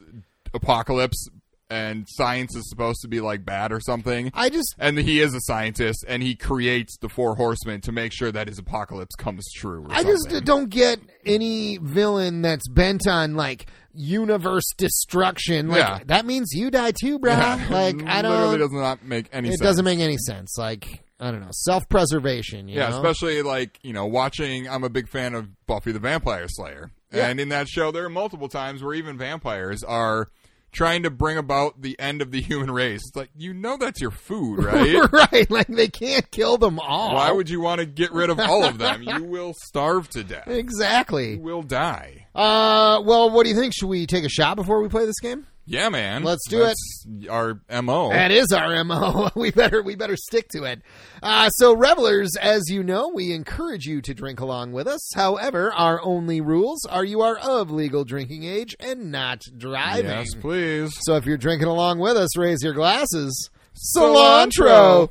Speaker 2: apocalypse and science is supposed to be like bad or something.
Speaker 1: I just
Speaker 2: and he is a scientist, and he creates the four horsemen to make sure that his apocalypse comes true. or
Speaker 1: I just
Speaker 2: something.
Speaker 1: don't get any villain that's bent on like universe destruction. Like
Speaker 2: Yeah.
Speaker 1: that means you die too, bro.
Speaker 2: Yeah.
Speaker 1: uh, Like I
Speaker 2: Literally
Speaker 1: don't.
Speaker 2: does not make any.
Speaker 1: It
Speaker 2: sense.
Speaker 1: doesn't make any sense. Like I don't know, self preservation.
Speaker 2: Yeah,
Speaker 1: know?
Speaker 2: especially like you know, watching. I'm a big fan of Buffy the Vampire Slayer, and in that show, there are multiple times where even vampires are trying to bring about the end of the human race. It's like you know that's your food, right?
Speaker 1: right. Like they can't kill them all.
Speaker 2: Why would you want to get rid of all of them? You will starve to death. You
Speaker 1: exactly?
Speaker 2: will die.
Speaker 1: Uh, well, what do you think? Should we take a shot before we play this game?
Speaker 2: Yeah, man.
Speaker 1: Let's do
Speaker 2: that's it. Our mo.
Speaker 1: That is our mo. We better we better stick to it. Uh, so, revelers, as you know, we encourage you to drink along with us. However, our only rules are you are of legal drinking age and not driving.
Speaker 2: yes, please.
Speaker 1: So, if you're drinking along with us, raise your glasses. Cilantro.
Speaker 2: Cilantro.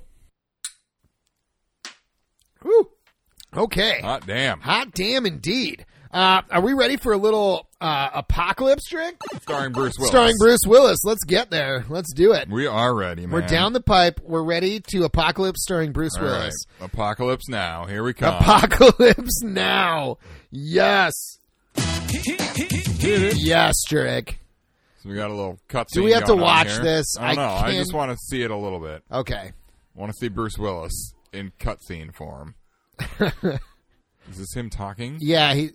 Speaker 1: Woo. Okay.
Speaker 2: Hot damn.
Speaker 1: Hot damn indeed. Uh, are we ready for a little uh, apocalypse drink?
Speaker 2: Starring Bruce Willis.
Speaker 1: Starring Bruce Willis. Let's get there. Let's do it.
Speaker 2: We are ready, man.
Speaker 1: We're down the pipe. We're ready to Apocalypse starring Bruce
Speaker 2: All right. Uh,
Speaker 1: Willis.
Speaker 2: Apocalypse now. Here we come.
Speaker 1: Apocalypse now. Yes. yes, Jurek.
Speaker 2: So we got a little cutscene.
Speaker 1: Do we have to
Speaker 2: going on
Speaker 1: watch
Speaker 2: here.
Speaker 1: this?
Speaker 2: I don't
Speaker 1: I
Speaker 2: know. I
Speaker 1: can't-
Speaker 2: just want to see it a little bit.
Speaker 1: Okay.
Speaker 2: I want to see Bruce Willis in cutscene form. Is this him talking?
Speaker 1: Yeah, he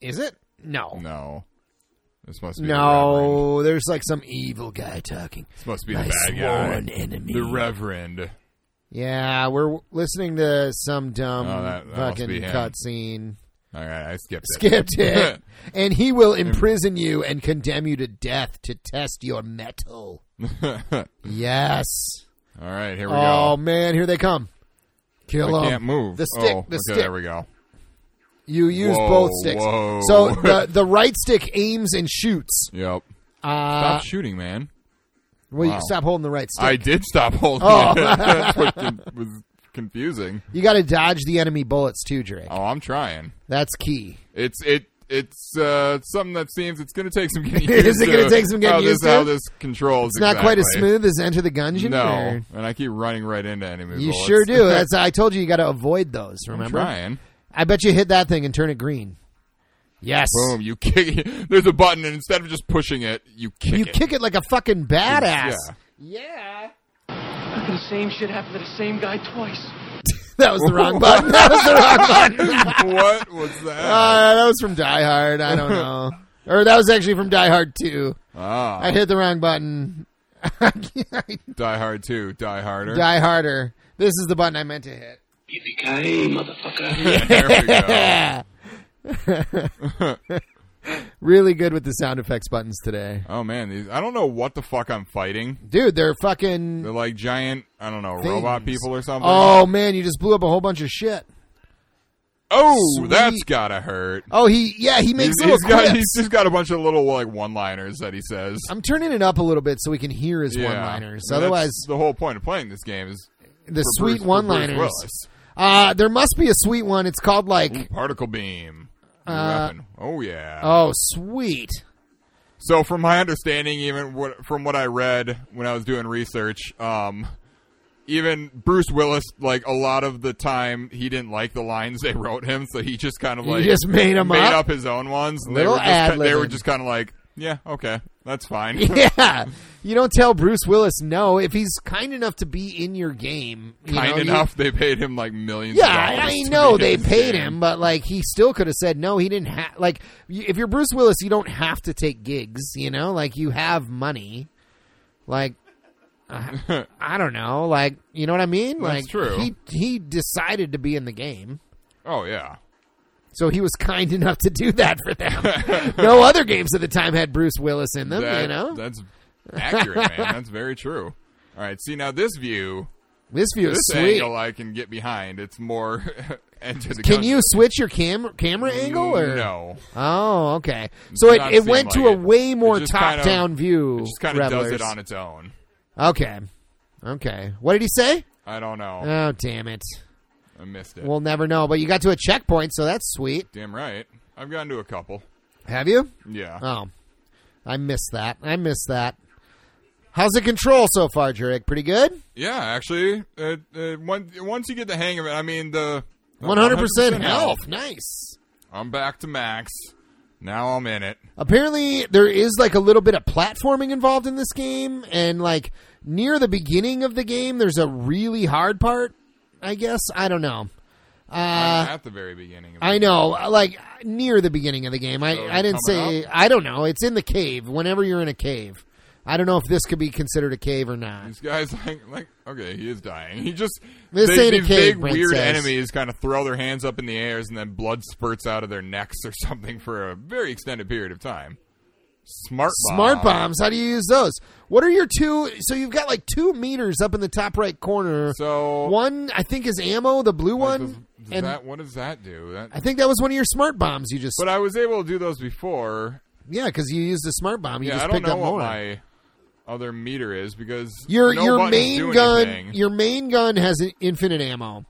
Speaker 1: is it? No.
Speaker 2: No. This must be The reverend.
Speaker 1: No, there's like some evil guy talking.
Speaker 2: This must be
Speaker 1: My
Speaker 2: the bad
Speaker 1: sworn
Speaker 2: guy.
Speaker 1: enemy.
Speaker 2: The Reverend.
Speaker 1: yeah, we're listening to some dumb
Speaker 2: Oh, that- that must
Speaker 1: fucking
Speaker 2: be him.
Speaker 1: cutscene.
Speaker 2: All right, I skipped it.
Speaker 1: Skipped it. and he will imprison you and condemn you to death to test your metal. yes.
Speaker 2: All right, here we
Speaker 1: Oh
Speaker 2: go.
Speaker 1: man, here they come.
Speaker 2: I
Speaker 1: Kill
Speaker 2: can't
Speaker 1: them.
Speaker 2: move.
Speaker 1: The stick.
Speaker 2: Oh,
Speaker 1: the
Speaker 2: okay,
Speaker 1: stick.
Speaker 2: there we go.
Speaker 1: You use
Speaker 2: Whoa,
Speaker 1: both sticks.
Speaker 2: whoa.
Speaker 1: So the the right stick aims and shoots.
Speaker 2: Yep.
Speaker 1: Uh,
Speaker 2: Stop shooting, man.
Speaker 1: well, you
Speaker 2: Wow.
Speaker 1: stop holding the right stick.
Speaker 2: I did stop holding
Speaker 1: Oh.
Speaker 2: it. That's what con- was confusing.
Speaker 1: you got to dodge the enemy bullets too, Drake.
Speaker 2: Oh, I'm trying.
Speaker 1: That's key.
Speaker 2: It's it it's uh, something that seems it's going to take some getting
Speaker 1: Is
Speaker 2: used
Speaker 1: it gonna
Speaker 2: to
Speaker 1: take some getting
Speaker 2: how
Speaker 1: used
Speaker 2: this,
Speaker 1: to?
Speaker 2: How this controls.
Speaker 1: It's not quite as
Speaker 2: exactly.
Speaker 1: smooth as Enter the Gungeon.
Speaker 2: No,
Speaker 1: or-
Speaker 2: and I keep running right into enemy.
Speaker 1: You
Speaker 2: bullets.
Speaker 1: sure do. That's I told you you got to avoid those.
Speaker 2: I'm
Speaker 1: Remember?
Speaker 2: trying.
Speaker 1: I bet you hit that thing and turn it green. Yes.
Speaker 2: Boom! You kick. There's a button, and instead of just pushing it, you kick
Speaker 1: You
Speaker 2: it.
Speaker 1: kick it like a fucking badass. yeah.
Speaker 2: Yeah.
Speaker 4: The same shit happened to the same guy twice.
Speaker 1: That was the wrong button. That was the wrong button.
Speaker 2: what was that?
Speaker 1: Uh, that was from Die Hard. I don't know. or that was actually from Die Hard 2.
Speaker 2: ah,
Speaker 1: I hit the wrong button.
Speaker 2: Die Hard Two, Die Harder.
Speaker 1: Die Harder. This is the button I meant to hit.
Speaker 3: Yippee-ki-yay, motherfucker.
Speaker 2: there we go.
Speaker 1: Really good with the sound effects buttons today.
Speaker 2: Oh man, these, I don't know what the fuck I'm fighting.
Speaker 1: Dude, they're fucking.
Speaker 2: They're like giant, I don't know, robot
Speaker 1: Things.
Speaker 2: people or something.
Speaker 1: Oh, man, you just blew up a whole bunch of shit.
Speaker 2: Oh,
Speaker 1: sweet.
Speaker 2: that's gotta hurt.
Speaker 1: Oh, he. Yeah, he makes
Speaker 2: He's,
Speaker 1: little
Speaker 2: he's got,
Speaker 1: quips.
Speaker 2: he's just got a bunch of little like one-liners that he says.
Speaker 1: I'm turning it up a little bit so we can hear his
Speaker 2: Yeah.
Speaker 1: one liners.
Speaker 2: I mean, that's
Speaker 1: Otherwise,
Speaker 2: the whole point of playing this game is
Speaker 1: the
Speaker 2: for Bruce-
Speaker 1: sweet
Speaker 2: for
Speaker 1: one
Speaker 2: Bruce
Speaker 1: liners.
Speaker 2: Willis.
Speaker 1: Uh, there must be a sweet one. It's called like.
Speaker 2: particle beam. New
Speaker 1: Uh,
Speaker 2: weapon. Oh yeah.
Speaker 1: Oh, sweet.
Speaker 2: So from my understanding, even what, from what I read when I was doing research, um, even Bruce Willis, like a lot of the time, he didn't like the lines they wrote him, so he just kind of
Speaker 1: You
Speaker 2: like
Speaker 1: just made 'em
Speaker 2: made
Speaker 1: up?
Speaker 2: up his own ones. and
Speaker 1: Little
Speaker 2: they were just, they were
Speaker 1: ad-libbing.
Speaker 2: just kind of like, yeah, okay, that's fine.
Speaker 1: yeah. You don't tell Bruce Willis no if he's kind enough to be in your game. You
Speaker 2: kind
Speaker 1: know, you-
Speaker 2: enough. They paid him like millions.
Speaker 1: yeah,
Speaker 2: of dollars
Speaker 1: I
Speaker 2: to
Speaker 1: know
Speaker 2: make
Speaker 1: they
Speaker 2: this
Speaker 1: paid
Speaker 2: game.
Speaker 1: him, but like he still could have said no. He didn't have like y- if you're Bruce Willis, you don't have to take gigs. You know, like you have money. Like I, I don't know, like you know what I mean.
Speaker 2: That's
Speaker 1: like
Speaker 2: true.
Speaker 1: he he decided to be in the game.
Speaker 2: Oh yeah,
Speaker 1: So he was kind enough to do that for them. no other games at the time had Bruce Willis in them,
Speaker 2: That-
Speaker 1: you know?
Speaker 2: that's accurate, man. That's very true. All right, see now this view,
Speaker 1: this view is
Speaker 2: this
Speaker 1: sweet.
Speaker 2: angle I can get behind. It's more into the
Speaker 1: Can
Speaker 2: gun-
Speaker 1: you switch your cam- camera angle? Or?
Speaker 2: no?
Speaker 1: Oh, okay. So it,
Speaker 2: not
Speaker 1: it
Speaker 2: seem
Speaker 1: went to
Speaker 2: like
Speaker 1: a
Speaker 2: it.
Speaker 1: way
Speaker 2: It
Speaker 1: more
Speaker 2: just
Speaker 1: top
Speaker 2: kinda-
Speaker 1: down view.
Speaker 2: Just kind of does
Speaker 1: Revelers.
Speaker 2: it on its own.
Speaker 1: Okay. Okay. What did he say?
Speaker 2: I don't know.
Speaker 1: Oh, damn it.
Speaker 2: I missed it.
Speaker 1: Uh, We'll never know. But you got to a checkpoint, so that's sweet.
Speaker 2: Damn right. I've gotten to a couple.
Speaker 1: Have you?
Speaker 2: Yeah.
Speaker 1: Oh, I missed that. I missed that. How's the control so far, Jurek? Pretty good.
Speaker 2: Yeah, actually, it, it, once once you get the hang of it, I mean the
Speaker 1: One hundred percent health. Nice.
Speaker 2: I'm back to max. Now I'm in it.
Speaker 1: Apparently, there is like a little bit of platforming involved in this game, and like near the beginning of the game, there's a really hard part. I guess I don't know.
Speaker 2: I'm at the very beginning. Of
Speaker 1: Uh, I
Speaker 2: it.
Speaker 1: know, like near the beginning of the game. I,
Speaker 2: So
Speaker 1: I didn't
Speaker 2: coming
Speaker 1: say. I don't know. It's in the cave. Whenever you're in a cave, I don't know if this could be considered a cave or not.
Speaker 2: These guys like, like okay, he is dying. He just
Speaker 1: This
Speaker 2: they,
Speaker 1: ain't a
Speaker 2: these
Speaker 1: cave,
Speaker 2: big
Speaker 1: Brent
Speaker 2: weird
Speaker 1: says.
Speaker 2: enemies kind of throw their hands up in the airs and then blood spurts out of their necks or something for a very extended period of time. Smart bomb.
Speaker 1: Smart bombs. How do you use those? What are your two? So you've got like two meters up in the top right corner.
Speaker 2: So
Speaker 1: one, I think, is ammo, the blue one,
Speaker 2: like, does- does
Speaker 1: and
Speaker 2: that what does that do? That,
Speaker 1: I think that was one of your smart bombs. You just
Speaker 2: but I was able to do those before.
Speaker 1: yeah, because you used a smart bomb. You
Speaker 2: yeah,
Speaker 1: just
Speaker 2: I don't
Speaker 1: picked
Speaker 2: know
Speaker 1: up
Speaker 2: what
Speaker 1: more.
Speaker 2: my other meter is because
Speaker 1: your
Speaker 2: no
Speaker 1: your
Speaker 2: buttons
Speaker 1: main
Speaker 2: do
Speaker 1: gun
Speaker 2: anything.
Speaker 1: your main gun has i- infinite ammo.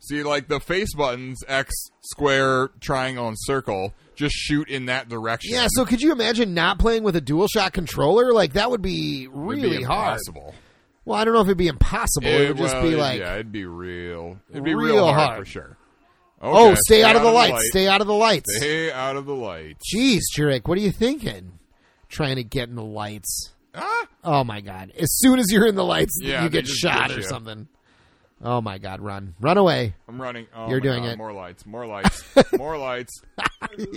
Speaker 2: See, like the face buttons, X, square, triangle, and circle, just shoot in that direction.
Speaker 1: Yeah, so could you imagine not playing with a DualShock controller? Like that would be
Speaker 2: It'd
Speaker 1: really
Speaker 2: be
Speaker 1: hard.
Speaker 2: impossible.
Speaker 1: Well, I don't know if it'd be impossible. It, would just
Speaker 2: well,
Speaker 1: be
Speaker 2: it'd-
Speaker 1: like,
Speaker 2: yeah, it'd be real. It'd be
Speaker 1: real
Speaker 2: real, hard,
Speaker 1: hard.
Speaker 2: for sure.
Speaker 1: oh,
Speaker 2: Okay,
Speaker 1: stay, out, of the lights.
Speaker 2: light.
Speaker 1: Stay out of the lights.
Speaker 2: Stay out of the lights.
Speaker 1: Jeez, Jurek, what are you thinking? Trying to get in the lights.
Speaker 2: Ah,
Speaker 1: Oh my god! As soon as you're in the lights,
Speaker 2: Yeah,
Speaker 1: you
Speaker 2: they
Speaker 1: get
Speaker 2: just
Speaker 1: shot
Speaker 2: get
Speaker 1: or
Speaker 2: you.
Speaker 1: something. Oh my god! Run, run away!
Speaker 2: I'm running. Oh,
Speaker 1: You're
Speaker 2: my
Speaker 1: doing
Speaker 2: God,
Speaker 1: it.
Speaker 2: More lights. More lights. more lights.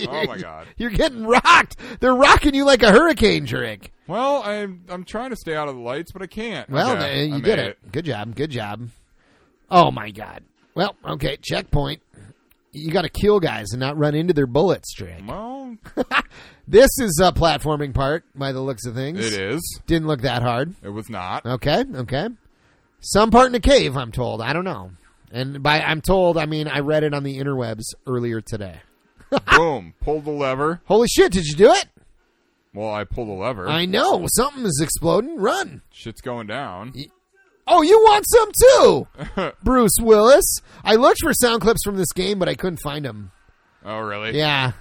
Speaker 2: Oh my God.
Speaker 1: You're getting rocked. They're rocking you like a hurricane, Jurek.
Speaker 2: Well, I'm I'm trying to stay out of the lights, but I can't.
Speaker 1: Well,
Speaker 2: Okay,
Speaker 1: th-
Speaker 2: I
Speaker 1: you did
Speaker 2: made
Speaker 1: it. Good job. Good job. Oh my god. Well, okay. Checkpoint. You got to kill guys and not run into their bullets, Drake.
Speaker 2: Well,
Speaker 1: This is a platforming part, by the looks of things.
Speaker 2: it is.
Speaker 1: Didn't look that hard.
Speaker 2: It was not.
Speaker 1: Okay. Okay. Some part in a cave, I'm told. I don't know. And by I'm told, I mean I read it on the interwebs earlier today.
Speaker 2: Boom. Pulled the lever.
Speaker 1: Holy shit! Did you do it?
Speaker 2: Well, I pulled the lever.
Speaker 1: I know something is exploding. Run.
Speaker 2: Shit's going down.
Speaker 1: Oh, you want some too, Bruce Willis. I looked for sound clips from this game, but I couldn't find them.
Speaker 2: Oh, really?
Speaker 1: Yeah,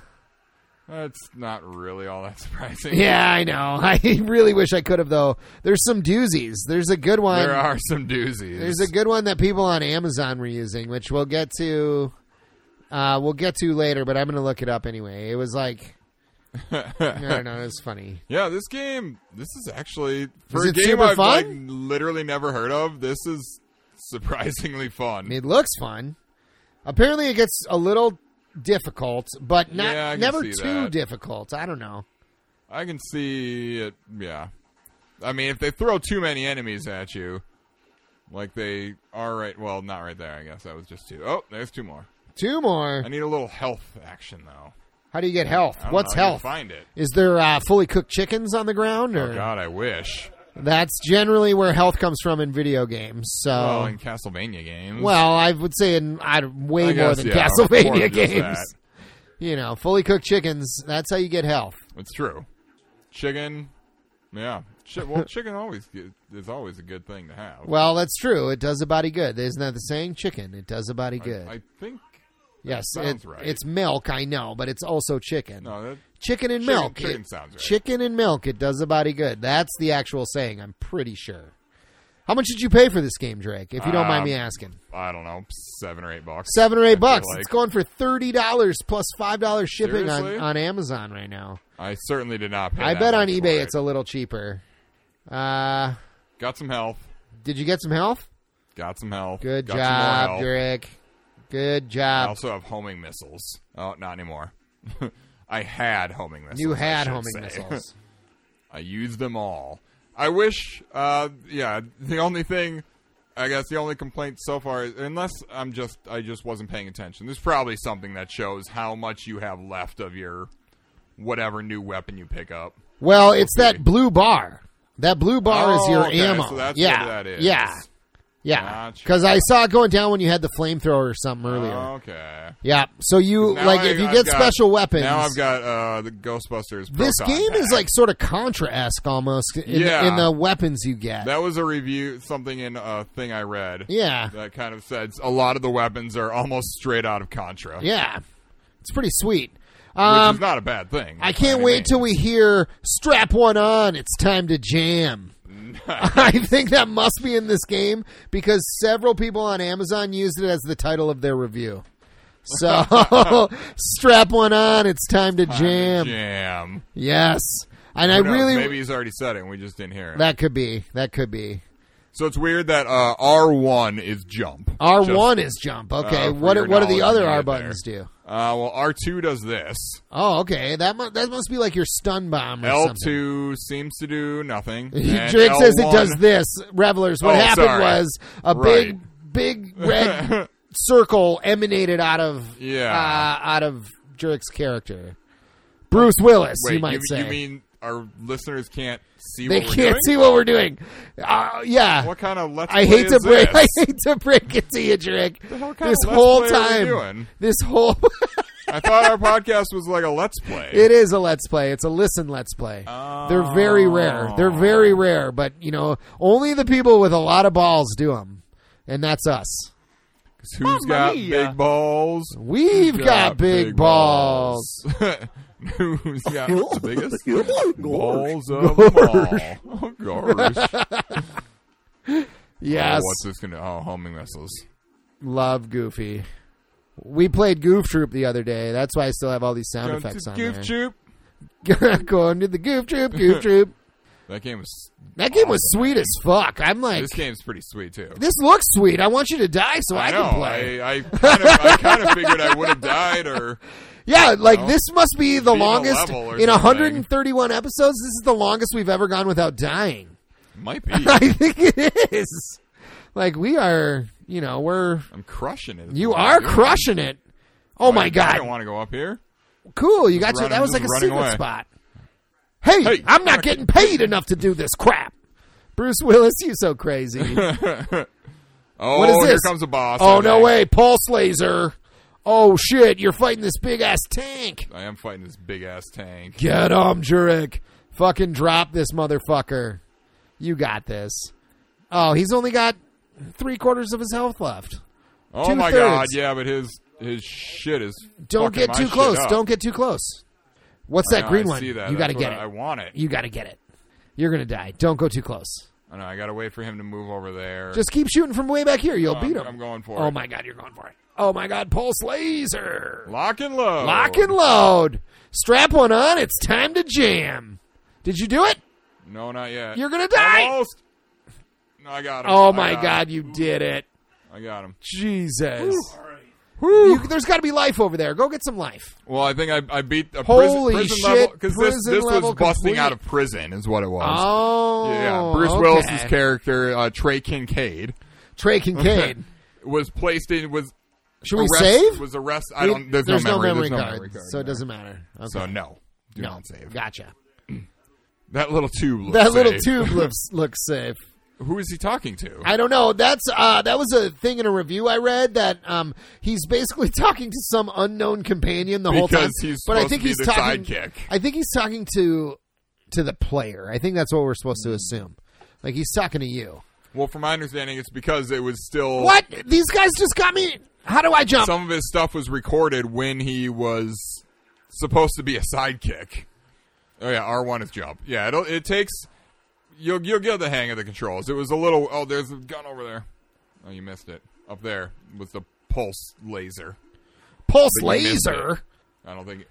Speaker 2: That's not really all that surprising.
Speaker 1: yeah, I know. I really wish I could have though. There's some doozies. There's a good one.
Speaker 2: There are some doozies.
Speaker 1: There's a good one that people on Amazon were using, which we'll get to. Uh, we'll get to later, but I'm gonna look it up anyway. It was like, I don't know. It was funny.
Speaker 2: yeah, this game. This is actually for
Speaker 1: Is
Speaker 2: a
Speaker 1: it
Speaker 2: game
Speaker 1: super
Speaker 2: I've like
Speaker 1: fun?
Speaker 2: literally never heard of. This is surprisingly fun.
Speaker 1: It looks fun. Apparently, it gets a little difficult, but not
Speaker 2: Yeah, I can
Speaker 1: never
Speaker 2: see
Speaker 1: too
Speaker 2: that.
Speaker 1: difficult. I don't know.
Speaker 2: I can see it. Yeah, I mean, if they throw too many enemies at you, like they are right. Well, not right there. I guess that was just two. Oh, there's two more.
Speaker 1: Two more.
Speaker 2: I need a little health action though.
Speaker 1: How do you get health?
Speaker 2: I don't
Speaker 1: What's
Speaker 2: know. I need to
Speaker 1: health?
Speaker 2: Find it.
Speaker 1: Is there uh, fully cooked chickens on the ground? Or
Speaker 2: Oh God, I wish.
Speaker 1: that's generally where health comes from in video games. So,
Speaker 2: Well,
Speaker 1: well,
Speaker 2: in Castlevania games.
Speaker 1: I would say in I, way
Speaker 2: I
Speaker 1: more
Speaker 2: guess,
Speaker 1: than
Speaker 2: yeah, more
Speaker 1: Castlevania
Speaker 2: than just
Speaker 1: games.
Speaker 2: that.
Speaker 1: You know, fully cooked chickens. That's how you get health.
Speaker 2: It's true. Chicken, yeah. Chi- well, chicken always ge- is always a good thing to have.
Speaker 1: Well, that's true. It does a body good. Isn't that the saying? Chicken. It does a body good.
Speaker 2: I think
Speaker 1: yes, it-
Speaker 2: sounds right.
Speaker 1: it's milk. I know, but it's also chicken.
Speaker 2: no. That,
Speaker 1: Chicken and
Speaker 2: Chicken-
Speaker 1: milk.
Speaker 2: chicken
Speaker 1: It-
Speaker 2: sounds right.
Speaker 1: Chicken and milk. It does the body good. That's the actual saying. I'm pretty sure. How much did you pay for this game, Drake? If you don't mind
Speaker 2: Um,
Speaker 1: me asking,
Speaker 2: I don't know, seven or eight bucks.
Speaker 1: seven or eight
Speaker 2: I feel
Speaker 1: bucks.
Speaker 2: like.
Speaker 1: It's going for thirty dollars plus five dollars shipping on,
Speaker 2: Seriously?
Speaker 1: on Amazon right now.
Speaker 2: I certainly did not pay.
Speaker 1: I
Speaker 2: that
Speaker 1: bet on
Speaker 2: much for
Speaker 1: eBay
Speaker 2: it.
Speaker 1: it's a little cheaper. Uh,
Speaker 2: got some health.
Speaker 1: did you get some health?
Speaker 2: Got some health.
Speaker 1: Good
Speaker 2: got Some
Speaker 1: job,
Speaker 2: more health.
Speaker 1: Drake. Good
Speaker 2: I
Speaker 1: job.
Speaker 2: also have homing missiles. Oh, not anymore. I had homing missiles.
Speaker 1: You
Speaker 2: I
Speaker 1: had
Speaker 2: should
Speaker 1: homing
Speaker 2: say.
Speaker 1: missiles.
Speaker 2: I used them all. I wish, uh, yeah, the only thing, I guess the only complaint so far is, unless I'm just, I just wasn't paying attention. There's probably something that shows how much you have left of your whatever new weapon you pick up.
Speaker 1: Well, it's that blue bar. That blue bar is
Speaker 2: Oh,
Speaker 1: your
Speaker 2: okay,
Speaker 1: ammo.
Speaker 2: so that's
Speaker 1: yeah,
Speaker 2: what that is.
Speaker 1: yeah. Yeah,
Speaker 2: Gotcha.
Speaker 1: because I saw it going down when you had the flamethrower or something earlier.
Speaker 2: Oh, Okay.
Speaker 1: yeah, so you
Speaker 2: Now
Speaker 1: like
Speaker 2: I-
Speaker 1: if you
Speaker 2: I've
Speaker 1: get
Speaker 2: got-
Speaker 1: special weapons.
Speaker 2: Now I've got uh, the Ghostbusters.
Speaker 1: this
Speaker 2: proton
Speaker 1: game is
Speaker 2: pack.
Speaker 1: like sort of Contra esque almost in,
Speaker 2: Yeah.
Speaker 1: in the weapons you get.
Speaker 2: that was a review, something in a thing I read.
Speaker 1: yeah,
Speaker 2: That kind of said a lot of the weapons are almost straight out of Contra.
Speaker 1: yeah, it's pretty sweet.
Speaker 2: which
Speaker 1: Um,
Speaker 2: is not a bad thing.
Speaker 1: I can't wait till we hear "Strap One On." It's time to jam. I think that must be in this game because several people on Amazon used it as the title of their review. So, strap one on. It's time to jam.
Speaker 2: Jam.
Speaker 1: Yes, and I
Speaker 2: Who knows?
Speaker 1: really
Speaker 2: maybe he's already said it and we just didn't hear it.
Speaker 1: that could be that could be
Speaker 2: so it's weird that uh, R one is jump.
Speaker 1: R one is
Speaker 2: Just-
Speaker 1: jump. Okay,
Speaker 2: uh, for
Speaker 1: what
Speaker 2: your
Speaker 1: what do the
Speaker 2: knowledge
Speaker 1: other
Speaker 2: you
Speaker 1: R
Speaker 2: get there.
Speaker 1: buttons do?
Speaker 2: Uh, well, R two does this.
Speaker 1: Oh, okay. That mu- that must be like your stun bomb. Or
Speaker 2: L
Speaker 1: something.
Speaker 2: two seseems to do nothing. And
Speaker 1: Drake says it
Speaker 2: L1
Speaker 1: does this. Revelers, what
Speaker 2: Oh,
Speaker 1: happened
Speaker 2: sorry.
Speaker 1: was a
Speaker 2: Right.
Speaker 1: big, big red circle emanated out of
Speaker 2: Yeah.
Speaker 1: uh, out of Drake's character. Bruce Willis,
Speaker 2: Wait,
Speaker 1: you might
Speaker 2: you,
Speaker 1: say.
Speaker 2: you mean our listeners can't see?
Speaker 1: they
Speaker 2: what we're
Speaker 1: can't
Speaker 2: doing?
Speaker 1: see what we're doing. Uh, yeah.
Speaker 2: What kind of let's
Speaker 1: I
Speaker 2: play
Speaker 1: hate
Speaker 2: is
Speaker 1: to break. I
Speaker 2: this?
Speaker 1: hate to break it to you, Drake.
Speaker 2: hell kind
Speaker 1: This
Speaker 2: of Let's
Speaker 1: whole
Speaker 2: Play are we
Speaker 1: time,
Speaker 2: doing?
Speaker 1: this whole
Speaker 2: I thought our podcast was like a let's play.
Speaker 1: It is a let's play. It's a listen let's play. They're very
Speaker 2: Oh.
Speaker 1: rare. They're very rare, but you know, only the people with a lot of balls do them, and that's us.
Speaker 2: Who's got
Speaker 4: mia.
Speaker 2: big balls?
Speaker 1: We've got, big, balls.
Speaker 2: Who's got the biggest balls of them all? Oh, gosh.
Speaker 1: Yes,
Speaker 2: Oh, what's this going to... Oh, homing missiles.
Speaker 1: love Goofy. We played Goof Troop the other day. That's why I still have all these sound
Speaker 2: Going
Speaker 1: effects
Speaker 2: to
Speaker 1: on
Speaker 2: Goof
Speaker 1: there.
Speaker 2: Troop.
Speaker 1: Going to the Goof Troop, Goof Troop.
Speaker 2: That game was...
Speaker 1: That game was sweet as fuck. I'm like,
Speaker 2: This
Speaker 1: this,
Speaker 2: game's pretty sweet, too.
Speaker 1: looks sweet. I want you to die so I,
Speaker 2: I know.
Speaker 1: can play.
Speaker 2: I, I, kind of, I kind of figured I would have died or...
Speaker 1: Yeah, like
Speaker 2: know,
Speaker 1: this must be the
Speaker 2: beat a
Speaker 1: longest
Speaker 2: level or
Speaker 1: in
Speaker 2: something.
Speaker 1: 131 episodes. This is the longest we've ever gone without dying.
Speaker 2: Might be.
Speaker 1: I think it is. Like we are, you know, we're
Speaker 2: I'm crushing it.
Speaker 1: you are crushing it. Oh my
Speaker 2: I don't
Speaker 1: god,
Speaker 2: want to go up here.
Speaker 1: cool! You got your
Speaker 2: running-
Speaker 1: that was like
Speaker 2: just
Speaker 1: a
Speaker 2: running
Speaker 1: secret
Speaker 2: away.
Speaker 1: spot. Hey,
Speaker 2: Hey,
Speaker 1: I'm not getting paid enough to do this crap. Bruce Willis, you so crazy.
Speaker 2: Oh,
Speaker 1: What is
Speaker 2: here
Speaker 1: this?
Speaker 2: comes the boss.
Speaker 1: oh
Speaker 2: I
Speaker 1: no
Speaker 2: think.
Speaker 1: way, pulse laser. Oh shit, you're fighting this big ass tank.
Speaker 2: I am fighting this big-ass tank.
Speaker 1: Get him, Jurek. Fucking drop this motherfucker. You got this. Oh, he's only got three quarters of his health left.
Speaker 2: Oh
Speaker 1: Two
Speaker 2: my
Speaker 1: thirds.
Speaker 2: god, yeah, but his his shit is.
Speaker 1: Don't
Speaker 2: fucking
Speaker 1: get
Speaker 2: my
Speaker 1: too
Speaker 2: shit
Speaker 1: close.
Speaker 2: up.
Speaker 1: Don't get too close. What's that
Speaker 2: No,
Speaker 1: green
Speaker 2: I
Speaker 1: one?
Speaker 2: See that.
Speaker 1: You
Speaker 2: got to
Speaker 1: get it.
Speaker 2: I want it.
Speaker 1: You got to get it. You're gonna die. Don't go too close.
Speaker 2: I know. I got to wait for him to move over there.
Speaker 1: Just keep shooting from way back here. You'll
Speaker 2: I'm-
Speaker 1: beat him.
Speaker 2: I'm going for
Speaker 1: Oh
Speaker 2: it.
Speaker 1: my god, you're going for it. Oh my god, pulse laser.
Speaker 2: lock and load.
Speaker 1: Lock and load. Strap one on. It's time to jam. Did you do it?
Speaker 2: No, not yet.
Speaker 1: You're gonna die.
Speaker 2: Almost. No, I got him.
Speaker 1: Oh
Speaker 2: I
Speaker 1: my
Speaker 2: got
Speaker 1: god,
Speaker 2: him.
Speaker 1: you did it.
Speaker 2: I got him.
Speaker 1: Jesus. You, there's got to be life over there. Go get some life.
Speaker 2: Well, I think I, I beat a
Speaker 1: Holy
Speaker 2: prison, prison
Speaker 1: shit,
Speaker 2: level because this
Speaker 1: prison
Speaker 2: this was
Speaker 1: level
Speaker 2: busting
Speaker 1: complete.
Speaker 2: out of prison is what it was.
Speaker 1: Oh,
Speaker 2: yeah, Bruce
Speaker 1: okay.
Speaker 2: Willis's character uh, Trey Kincaid
Speaker 1: Trey Kincaid.
Speaker 2: was placed in was
Speaker 1: Should we
Speaker 2: arrest-
Speaker 1: save?
Speaker 2: was arrested. I don't. There's, no memory. there's no memory card.
Speaker 1: so it
Speaker 2: there.
Speaker 1: doesn't matter. Okay.
Speaker 2: So no, do
Speaker 1: no,
Speaker 2: not save.
Speaker 1: gotcha.
Speaker 2: That little tube. Looks
Speaker 1: That little
Speaker 2: safe.
Speaker 1: tube looks looks safe.
Speaker 2: Who is he talking to?
Speaker 1: I don't know. That's uh, that was a thing in a review I read that um, he's basically talking to some unknown companion the whole time.
Speaker 2: Because he's
Speaker 1: but I
Speaker 2: supposed
Speaker 1: think
Speaker 2: to be
Speaker 1: he's
Speaker 2: the
Speaker 1: talking.
Speaker 2: sidekick.
Speaker 1: I think he's talking to to the player. I think that's what we're supposed to assume. Like he's talking to you.
Speaker 2: well, from my understanding, it's because it was still
Speaker 1: What? These guys just got me. How do I jump?
Speaker 2: Some of his stuff was recorded when he was supposed to be a sidekick. Oh yeah, R one is jump. Yeah, it'll, it takes. You'll you'll get the hang of the controls. It was a little. Oh, there's a gun over there. Oh, you missed it. Up there was the pulse laser.
Speaker 1: Pulse
Speaker 2: But you missed it.
Speaker 1: laser.
Speaker 2: I don't think.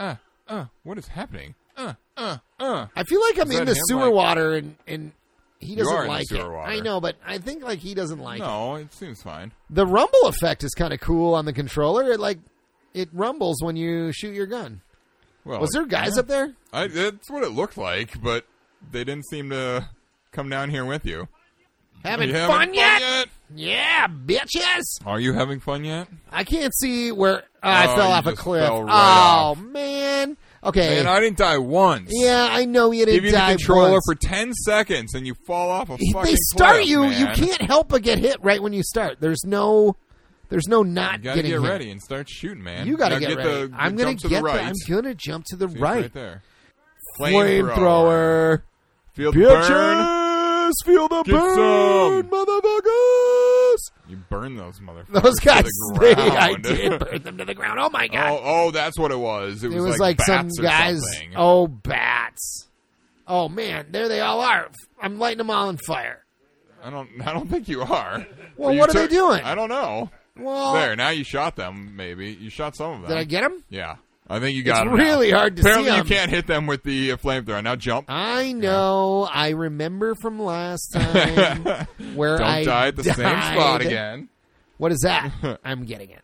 Speaker 2: Uh, uh, what is happening? Uh,
Speaker 1: I feel like I'm
Speaker 2: Is
Speaker 1: in
Speaker 2: that
Speaker 1: the
Speaker 2: him,
Speaker 1: sewer
Speaker 2: like-
Speaker 1: water and and he doesn't
Speaker 2: are in the
Speaker 1: like it.
Speaker 2: sewer water.
Speaker 1: I know, but I think like he doesn't like it.
Speaker 2: No, it seems fine.
Speaker 1: The rumble effect is kind of cool on the controller. It like it rumbles when you shoot your gun.
Speaker 2: Well,
Speaker 1: Was there guys up there?
Speaker 2: I, that's what it looked like, but they didn't seem to come down here with you.
Speaker 1: Having,
Speaker 2: You
Speaker 1: fun,
Speaker 2: having
Speaker 1: yet? Yeah, bitches.
Speaker 2: Are you having fun yet?
Speaker 1: I can't see where I
Speaker 2: Oh,
Speaker 1: fell
Speaker 2: you
Speaker 1: off a
Speaker 2: just
Speaker 1: cliff.
Speaker 2: fell
Speaker 1: oh
Speaker 2: right off.
Speaker 1: man. Okay.
Speaker 2: And I didn't die once.
Speaker 1: yeah, I know you didn't
Speaker 2: Give you the
Speaker 1: die
Speaker 2: controller
Speaker 1: once.
Speaker 2: for ten seconds and you fall off a
Speaker 1: If
Speaker 2: fucking
Speaker 1: they start
Speaker 2: cliff,
Speaker 1: you, you
Speaker 2: man.
Speaker 1: can't help but get hit right when you start. There's no, there's no
Speaker 2: You
Speaker 1: not
Speaker 2: gotta
Speaker 1: getting
Speaker 2: get
Speaker 1: hit.
Speaker 2: ready and start shooting, man.
Speaker 1: You gotta
Speaker 2: Now
Speaker 1: get, ready.
Speaker 2: The,
Speaker 1: I'm
Speaker 2: the
Speaker 1: gonna
Speaker 2: jump to
Speaker 1: get.
Speaker 2: the right.
Speaker 1: I'm gonna jump to the
Speaker 2: See, it's
Speaker 1: right.
Speaker 2: there.
Speaker 1: Flamethrower.
Speaker 2: Feel the burn.
Speaker 1: Bitches, feel the
Speaker 2: Get
Speaker 1: burn,
Speaker 2: some.
Speaker 1: motherfuckers.
Speaker 2: You burn those motherfuckers.
Speaker 1: Those
Speaker 2: to
Speaker 1: guys,
Speaker 2: the
Speaker 1: they,
Speaker 2: ground.
Speaker 1: I did burn them to the ground. Oh my god!
Speaker 2: Oh, oh, that's what it was. It was,
Speaker 1: it was
Speaker 2: like,
Speaker 1: like, some
Speaker 2: bats or
Speaker 1: guys.
Speaker 2: something.
Speaker 1: Oh bats! Oh man, there they all are. I'm lighting them all on fire.
Speaker 2: I don't. I don't think you are.
Speaker 1: Well,
Speaker 2: But you
Speaker 1: what are they
Speaker 2: took-
Speaker 1: doing?
Speaker 2: I don't know.
Speaker 1: Well,
Speaker 2: There. Now you shot them. Maybe you shot some of them.
Speaker 1: did I get them?
Speaker 2: Yeah. I think you
Speaker 1: It's
Speaker 2: got them now.
Speaker 1: really hard to
Speaker 2: Apparently
Speaker 1: see
Speaker 2: you
Speaker 1: 'em.
Speaker 2: can't hit them with the uh, flamethrower. Now jump.
Speaker 1: I know. I remember from last time where
Speaker 2: Don't
Speaker 1: I
Speaker 2: die at the same
Speaker 1: died.
Speaker 2: spot again.
Speaker 1: What is that? I'm getting it.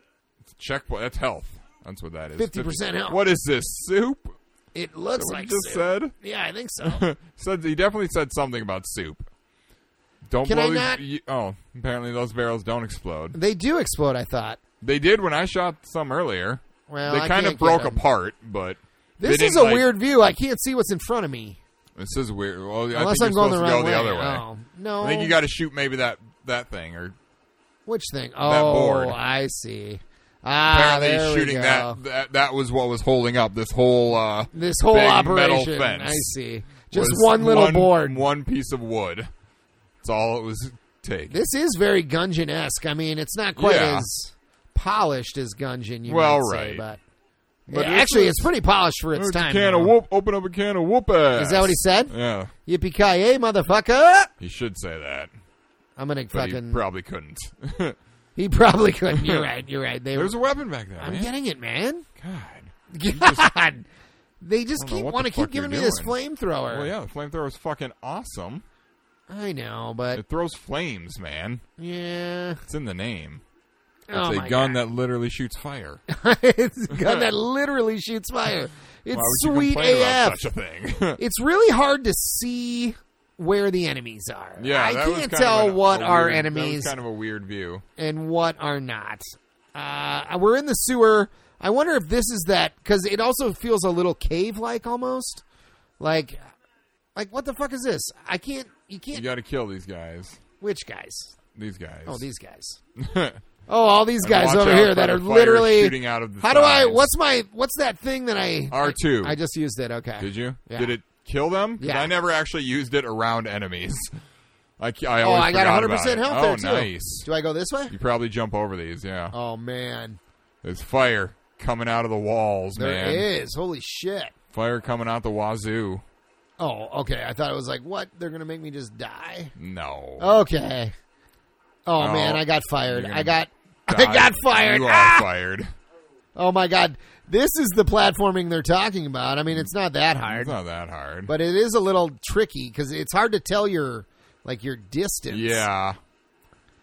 Speaker 2: Checkpoint. That's health. That's what that is.
Speaker 1: 50% health.
Speaker 2: What is this soup?
Speaker 1: It looks
Speaker 2: What
Speaker 1: like
Speaker 2: you just
Speaker 1: soup.
Speaker 2: said.
Speaker 1: Yeah, I think so.
Speaker 2: said he definitely said something about soup. Don't
Speaker 1: Can I
Speaker 2: blow these-
Speaker 1: not-
Speaker 2: you- oh, apparently those barrels don't explode.
Speaker 1: they do explode. I thought.
Speaker 2: They did when I shot some earlier.
Speaker 1: Well,
Speaker 2: they
Speaker 1: I can't
Speaker 2: kind of
Speaker 1: get
Speaker 2: broke
Speaker 1: them.
Speaker 2: apart, but they
Speaker 1: This is
Speaker 2: didn't,
Speaker 1: a
Speaker 2: like-
Speaker 1: weird view. I can't see what's in front of me
Speaker 2: This is weird. Well, I
Speaker 1: unless I'm
Speaker 2: think you're
Speaker 1: going the
Speaker 2: supposed
Speaker 1: wrong
Speaker 2: to go
Speaker 1: way.
Speaker 2: the other way.
Speaker 1: Oh no!
Speaker 2: I think you got to shoot maybe that that thing or
Speaker 1: which thing? Oh,
Speaker 2: that board.
Speaker 1: I see. Ah,
Speaker 2: apparently
Speaker 1: there we
Speaker 2: shooting
Speaker 1: go.
Speaker 2: that, that that was what was holding up this whole uh
Speaker 1: This whole
Speaker 2: big
Speaker 1: operation.
Speaker 2: metal fence.
Speaker 1: I see. Just
Speaker 2: was
Speaker 1: one little board.
Speaker 2: one piece of wood. That's all it was take.
Speaker 1: This is very Gungeon esque. I mean, it's not quite
Speaker 2: Yeah.
Speaker 1: as polished as Gungeon. You
Speaker 2: Well,
Speaker 1: might say,
Speaker 2: right.
Speaker 1: but,
Speaker 2: But
Speaker 1: Yeah,
Speaker 2: this
Speaker 1: actually,
Speaker 2: is-
Speaker 1: it's pretty polished for its
Speaker 2: There's a
Speaker 1: time.
Speaker 2: can of
Speaker 1: though.
Speaker 2: whoop. Open up a can of whoop ass.
Speaker 1: Is that what he said?
Speaker 2: Yeah,
Speaker 1: Yippee ki yay, motherfucker!
Speaker 2: he should say that,
Speaker 1: I'm gonna
Speaker 2: but
Speaker 1: fucking.
Speaker 2: he probably couldn't.
Speaker 1: he probably couldn't. You're right. You're right. They. were.
Speaker 2: There's a weapon back there.
Speaker 1: I'm
Speaker 2: man.
Speaker 1: getting it, man.
Speaker 2: God.
Speaker 1: God, they just
Speaker 2: I don't know
Speaker 1: keep
Speaker 2: what
Speaker 1: want to
Speaker 2: the
Speaker 1: keep
Speaker 2: fuck you're
Speaker 1: giving me this
Speaker 2: doing.
Speaker 1: flamethrower.
Speaker 2: Well, yeah, the flamethrower is fucking awesome.
Speaker 1: I know, but
Speaker 2: It throws flames, man.
Speaker 1: yeah,
Speaker 2: It's in the name. It's
Speaker 1: oh
Speaker 2: a
Speaker 1: my
Speaker 2: gun
Speaker 1: God.
Speaker 2: that literally shoots fire.
Speaker 1: it's a gun that literally shoots fire. It's
Speaker 2: Why would you
Speaker 1: sweet
Speaker 2: complain
Speaker 1: AF.
Speaker 2: about such a thing?
Speaker 1: It's really hard to see where the enemies are.
Speaker 2: yeah,
Speaker 1: I
Speaker 2: that was
Speaker 1: can't
Speaker 2: kind of
Speaker 1: tell
Speaker 2: an-
Speaker 1: what
Speaker 2: a
Speaker 1: are
Speaker 2: weird- that was
Speaker 1: enemies
Speaker 2: kind of a weird view.
Speaker 1: and what are not. Uh, we're in the sewer. I wonder if this is that because it also feels a little cave-like almost. Like, like what the fuck is this? I can't. You
Speaker 2: You
Speaker 1: can't.
Speaker 2: got to kill these guys.
Speaker 1: Which guys?
Speaker 2: These guys.
Speaker 1: Oh, these guys. oh, all these guys
Speaker 2: watch
Speaker 1: over
Speaker 2: out
Speaker 1: here
Speaker 2: for
Speaker 1: that
Speaker 2: the
Speaker 1: are
Speaker 2: fire
Speaker 1: literally
Speaker 2: shooting out of the
Speaker 1: How do I?
Speaker 2: sides.
Speaker 1: What's my? What's that thing that I?
Speaker 2: R2.
Speaker 1: I, I just used it. Okay.
Speaker 2: Did you?
Speaker 1: Yeah.
Speaker 2: Did it kill them? 'Cause
Speaker 1: Yeah.
Speaker 2: I never actually used it around enemies. I, ca- I
Speaker 1: Oh,
Speaker 2: always
Speaker 1: I got
Speaker 2: forgot
Speaker 1: 100 percent
Speaker 2: about
Speaker 1: health
Speaker 2: it.
Speaker 1: there
Speaker 2: oh,
Speaker 1: too.
Speaker 2: nice.
Speaker 1: Do I go this way?
Speaker 2: You probably jump over these, yeah.
Speaker 1: Oh man,
Speaker 2: There's fire coming out of the walls,
Speaker 1: there
Speaker 2: man.
Speaker 1: is. Holy shit.
Speaker 2: Fire coming out the wazoo.
Speaker 1: Oh, okay. I thought it was like what? They're gonna make me just die?
Speaker 2: No.
Speaker 1: Okay. Oh
Speaker 2: No.
Speaker 1: man, I got fired.
Speaker 2: You're
Speaker 1: I
Speaker 2: gonna
Speaker 1: got. I
Speaker 2: God,
Speaker 1: got fired.
Speaker 2: You are
Speaker 1: Ah!
Speaker 2: fired.
Speaker 1: Oh my god, this is the platforming they're talking about. I mean, it's not that hard.
Speaker 2: It's not that hard.
Speaker 1: but it is a little tricky because it's hard to tell your like your distance.
Speaker 2: yeah.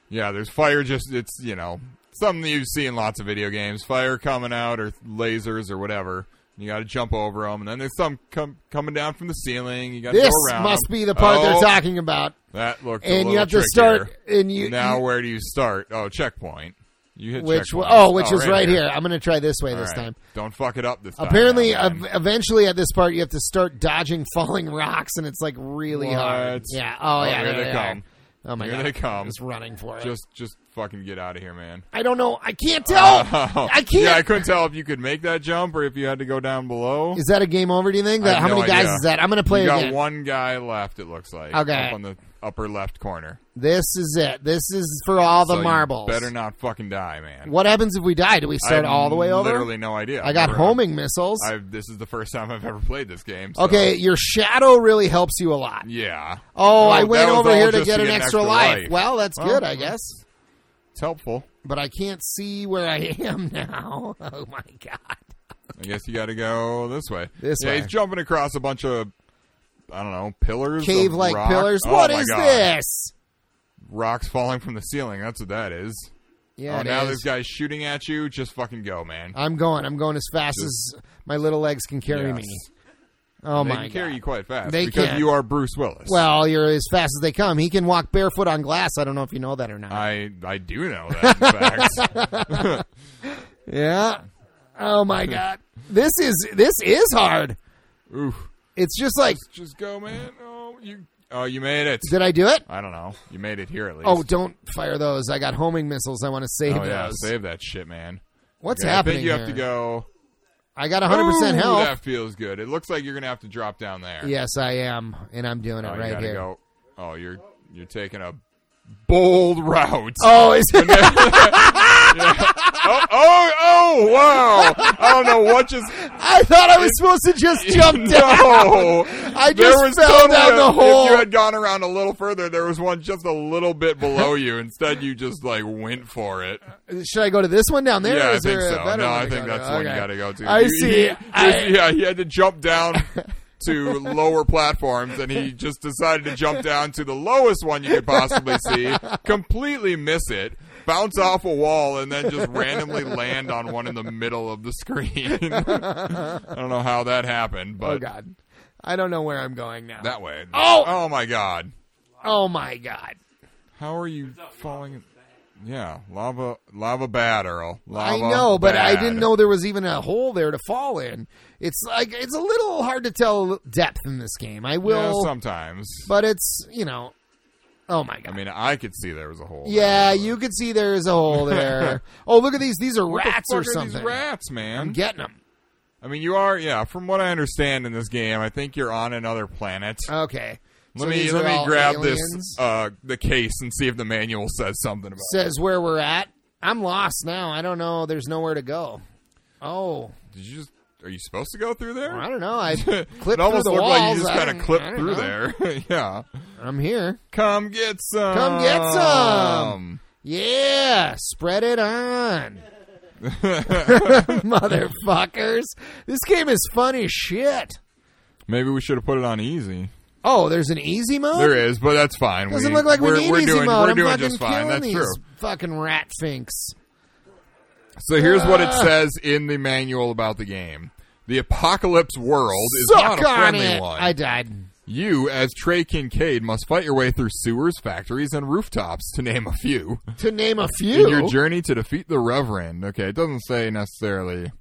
Speaker 2: Yeah, there's fire just it's, you know, something that you see in lots of video games. Fire coming out or lasers or whatever. You got to jump over them, and then there's some com- coming down from the ceiling. You got to
Speaker 1: This
Speaker 2: go around.
Speaker 1: must
Speaker 2: 'em.
Speaker 1: be the part
Speaker 2: Oh,
Speaker 1: they're talking about.
Speaker 2: That looked a
Speaker 1: And you
Speaker 2: little
Speaker 1: have to
Speaker 2: trickier.
Speaker 1: start- and you-
Speaker 2: now
Speaker 1: you-
Speaker 2: where do you start? Oh, checkpoint. You hit
Speaker 1: Which
Speaker 2: checkpoint.
Speaker 1: oh, which is right, here.
Speaker 2: here.
Speaker 1: I'm going to try this way
Speaker 2: All
Speaker 1: this
Speaker 2: right.
Speaker 1: time.
Speaker 2: Don't fuck it up this time.
Speaker 1: Apparently,
Speaker 2: now,
Speaker 1: ev-
Speaker 2: man.
Speaker 1: eventually at this part, you have to start dodging falling rocks, and it's like really
Speaker 2: What?
Speaker 1: hard. Yeah. Oh,
Speaker 2: Oh,
Speaker 1: yeah.
Speaker 2: here
Speaker 1: there
Speaker 2: they
Speaker 1: are.
Speaker 2: come.
Speaker 1: Oh my
Speaker 2: Here
Speaker 1: god!
Speaker 2: they come.
Speaker 1: Just running for it.
Speaker 2: just just fucking get out of here, man.
Speaker 1: I don't know. I can't tell.
Speaker 2: Oh.
Speaker 1: I can't.
Speaker 2: Yeah, I couldn't tell if you could make that jump or if you had to go down below.
Speaker 1: is that a game over? Do you think?
Speaker 2: I
Speaker 1: That,
Speaker 2: have
Speaker 1: how many
Speaker 2: no
Speaker 1: guys
Speaker 2: idea.
Speaker 1: is that? I'm going to play
Speaker 2: you
Speaker 1: it
Speaker 2: got
Speaker 1: again.
Speaker 2: one guy left. It looks like
Speaker 1: Okay.
Speaker 2: up on the upper left corner.
Speaker 1: This is it. This is for all the
Speaker 2: So you
Speaker 1: marbles.
Speaker 2: better not fucking die, man.
Speaker 1: What happens if we die? Do we
Speaker 2: I
Speaker 1: start
Speaker 2: have
Speaker 1: all the way over?
Speaker 2: Literally no idea.
Speaker 1: I got
Speaker 2: Never-
Speaker 1: homing missiles.
Speaker 2: I've, this is the first time I've ever played this game. so-
Speaker 1: okay, your shadow really helps you a lot.
Speaker 2: Yeah.
Speaker 1: Oh, I
Speaker 2: that
Speaker 1: went
Speaker 2: was
Speaker 1: over
Speaker 2: all
Speaker 1: here to
Speaker 2: just
Speaker 1: get an extra, life. Well, that's
Speaker 2: Well,
Speaker 1: good, I
Speaker 2: that's-
Speaker 1: guess.
Speaker 2: It's helpful.
Speaker 1: But I can't see where I am now. Oh my god.
Speaker 2: I guess you got to go this way.
Speaker 1: This
Speaker 2: yeah,
Speaker 1: way.
Speaker 2: he's jumping across a bunch of I don't know pillars, of
Speaker 1: Cave like
Speaker 2: rock.
Speaker 1: pillars.
Speaker 2: Oh,
Speaker 1: what
Speaker 2: my
Speaker 1: is
Speaker 2: God.
Speaker 1: this?
Speaker 2: Rocks falling from the ceiling. That's what that is.
Speaker 1: Yeah,
Speaker 2: oh,
Speaker 1: it
Speaker 2: now
Speaker 1: is.
Speaker 2: this guy's shooting at you. Just fucking go, man.
Speaker 1: I'm going. I'm going as fast as my little legs can carry
Speaker 2: Yes.
Speaker 1: me. Oh
Speaker 2: they
Speaker 1: my
Speaker 2: can
Speaker 1: god.
Speaker 2: carry you quite fast
Speaker 1: They
Speaker 2: because
Speaker 1: can.
Speaker 2: you are Bruce Willis.
Speaker 1: Well, you're as fast as they come. He can walk barefoot on glass. I don't know if you know that or not.
Speaker 2: I I do know that. In fact,
Speaker 1: yeah. Oh my god, this is this is hard.
Speaker 2: Oof.
Speaker 1: It's just like,
Speaker 2: Just go, man. Oh, you. Oh, you made it.
Speaker 1: did I do it?
Speaker 2: I don't know. You made it here at least.
Speaker 1: Oh, don't fire those! I got homing missiles. I want to save
Speaker 2: Oh, yeah,
Speaker 1: those.
Speaker 2: save that shit, man.
Speaker 1: What's
Speaker 2: Yeah,
Speaker 1: happening?
Speaker 2: I think you have
Speaker 1: here?
Speaker 2: to go.
Speaker 1: I got 100 percent
Speaker 2: Ooh,
Speaker 1: health.
Speaker 2: That feels good. It looks like you're gonna have to drop down there.
Speaker 1: Yes, I am, and I'm doing it
Speaker 2: Oh, you
Speaker 1: right
Speaker 2: gotta
Speaker 1: here.
Speaker 2: go. Oh, you're you're taking a bold route.
Speaker 1: Oh, is it?
Speaker 2: oh, oh, oh, wow! I don't know what just.
Speaker 1: I thought I was supposed to just jump down.
Speaker 2: No,
Speaker 1: I
Speaker 2: there
Speaker 1: just
Speaker 2: was
Speaker 1: fell
Speaker 2: totally
Speaker 1: down
Speaker 2: a-
Speaker 1: the hole.
Speaker 2: If you had gone around a little further, there was one just a little bit below you. Instead, you just like went for it.
Speaker 1: Should I go to this one down there?
Speaker 2: yeah,
Speaker 1: or
Speaker 2: I
Speaker 1: is
Speaker 2: think
Speaker 1: there a
Speaker 2: so.
Speaker 1: better
Speaker 2: No,
Speaker 1: one
Speaker 2: I
Speaker 1: to
Speaker 2: think
Speaker 1: go to?
Speaker 2: that's the one you
Speaker 1: Okay.
Speaker 2: got to go to.
Speaker 1: I
Speaker 2: You-
Speaker 1: see.
Speaker 2: he-
Speaker 1: I-
Speaker 2: yeah, he had to jump down to lower platforms, and he just decided to jump down to the lowest one you could possibly see, completely miss it, bounce off a wall, and then just randomly land on one in the middle of the screen. I don't know how that happened,
Speaker 1: oh
Speaker 2: but
Speaker 1: god, I don't know where I'm going now.
Speaker 2: that way.
Speaker 1: Oh!
Speaker 2: oh my god!
Speaker 1: oh my god,
Speaker 2: How are you falling? Yeah, lava, lava bad, Earl. Lava
Speaker 1: I know, but I
Speaker 2: bad.
Speaker 1: didn't know there was even a hole there to fall in. It's like it's a little hard to tell depth in this game. I
Speaker 2: Yeah,
Speaker 1: will,
Speaker 2: sometimes.
Speaker 1: but it's you know, oh my god.
Speaker 2: I mean, I could see there was a hole.
Speaker 1: yeah, you could see there is a hole there. oh, look at these. These are
Speaker 2: What the
Speaker 1: rats
Speaker 2: fuck
Speaker 1: or
Speaker 2: are
Speaker 1: something.
Speaker 2: These rats,
Speaker 1: I'm
Speaker 2: man.
Speaker 1: getting them.
Speaker 2: I mean, you are. Yeah, from what I understand in this game, I think you're on another planet.
Speaker 1: Okay.
Speaker 2: let
Speaker 1: Uh, So
Speaker 2: me
Speaker 1: these
Speaker 2: let
Speaker 1: are
Speaker 2: me
Speaker 1: all
Speaker 2: grab
Speaker 1: aliens?
Speaker 2: this uh the case and see if the manual says something about.
Speaker 1: Says where we're at. I'm lost now. I don't know. There's nowhere to go. Oh,
Speaker 2: it. Did you just? Are you supposed to go through there?
Speaker 1: I don't know. I clipped
Speaker 2: it almost
Speaker 1: through the
Speaker 2: looked
Speaker 1: walls.
Speaker 2: like you just
Speaker 1: I
Speaker 2: kind of
Speaker 1: don't- I
Speaker 2: clipped
Speaker 1: don't
Speaker 2: through
Speaker 1: know.
Speaker 2: there. yeah.
Speaker 1: I'm here.
Speaker 2: Come get some.
Speaker 1: Come get some. Yeah, spread it on. Motherfuckers. This game is fun as shit.
Speaker 2: Maybe we should have put it on easy.
Speaker 1: Oh, there's an easy mode?
Speaker 2: There is, but that's fine.
Speaker 1: Doesn't
Speaker 2: we,
Speaker 1: look like we
Speaker 2: are
Speaker 1: need
Speaker 2: we're
Speaker 1: easy
Speaker 2: doing,
Speaker 1: mode.
Speaker 2: We're
Speaker 1: I'm
Speaker 2: doing
Speaker 1: fucking
Speaker 2: just fine.
Speaker 1: killing
Speaker 2: That's
Speaker 1: these
Speaker 2: true.
Speaker 1: fucking rat finks.
Speaker 2: So here's what it
Speaker 1: Ah.
Speaker 2: says in the manual about the game. The apocalypse world is
Speaker 1: Suck
Speaker 2: not a
Speaker 1: on
Speaker 2: friendly
Speaker 1: it.
Speaker 2: one.
Speaker 1: I died.
Speaker 2: You, as Trey Kincaid, must fight your way through sewers, factories, and rooftops, to name a few.
Speaker 1: To name a
Speaker 2: In
Speaker 1: few.
Speaker 2: your journey to defeat the Reverend. Okay, it doesn't say necessarily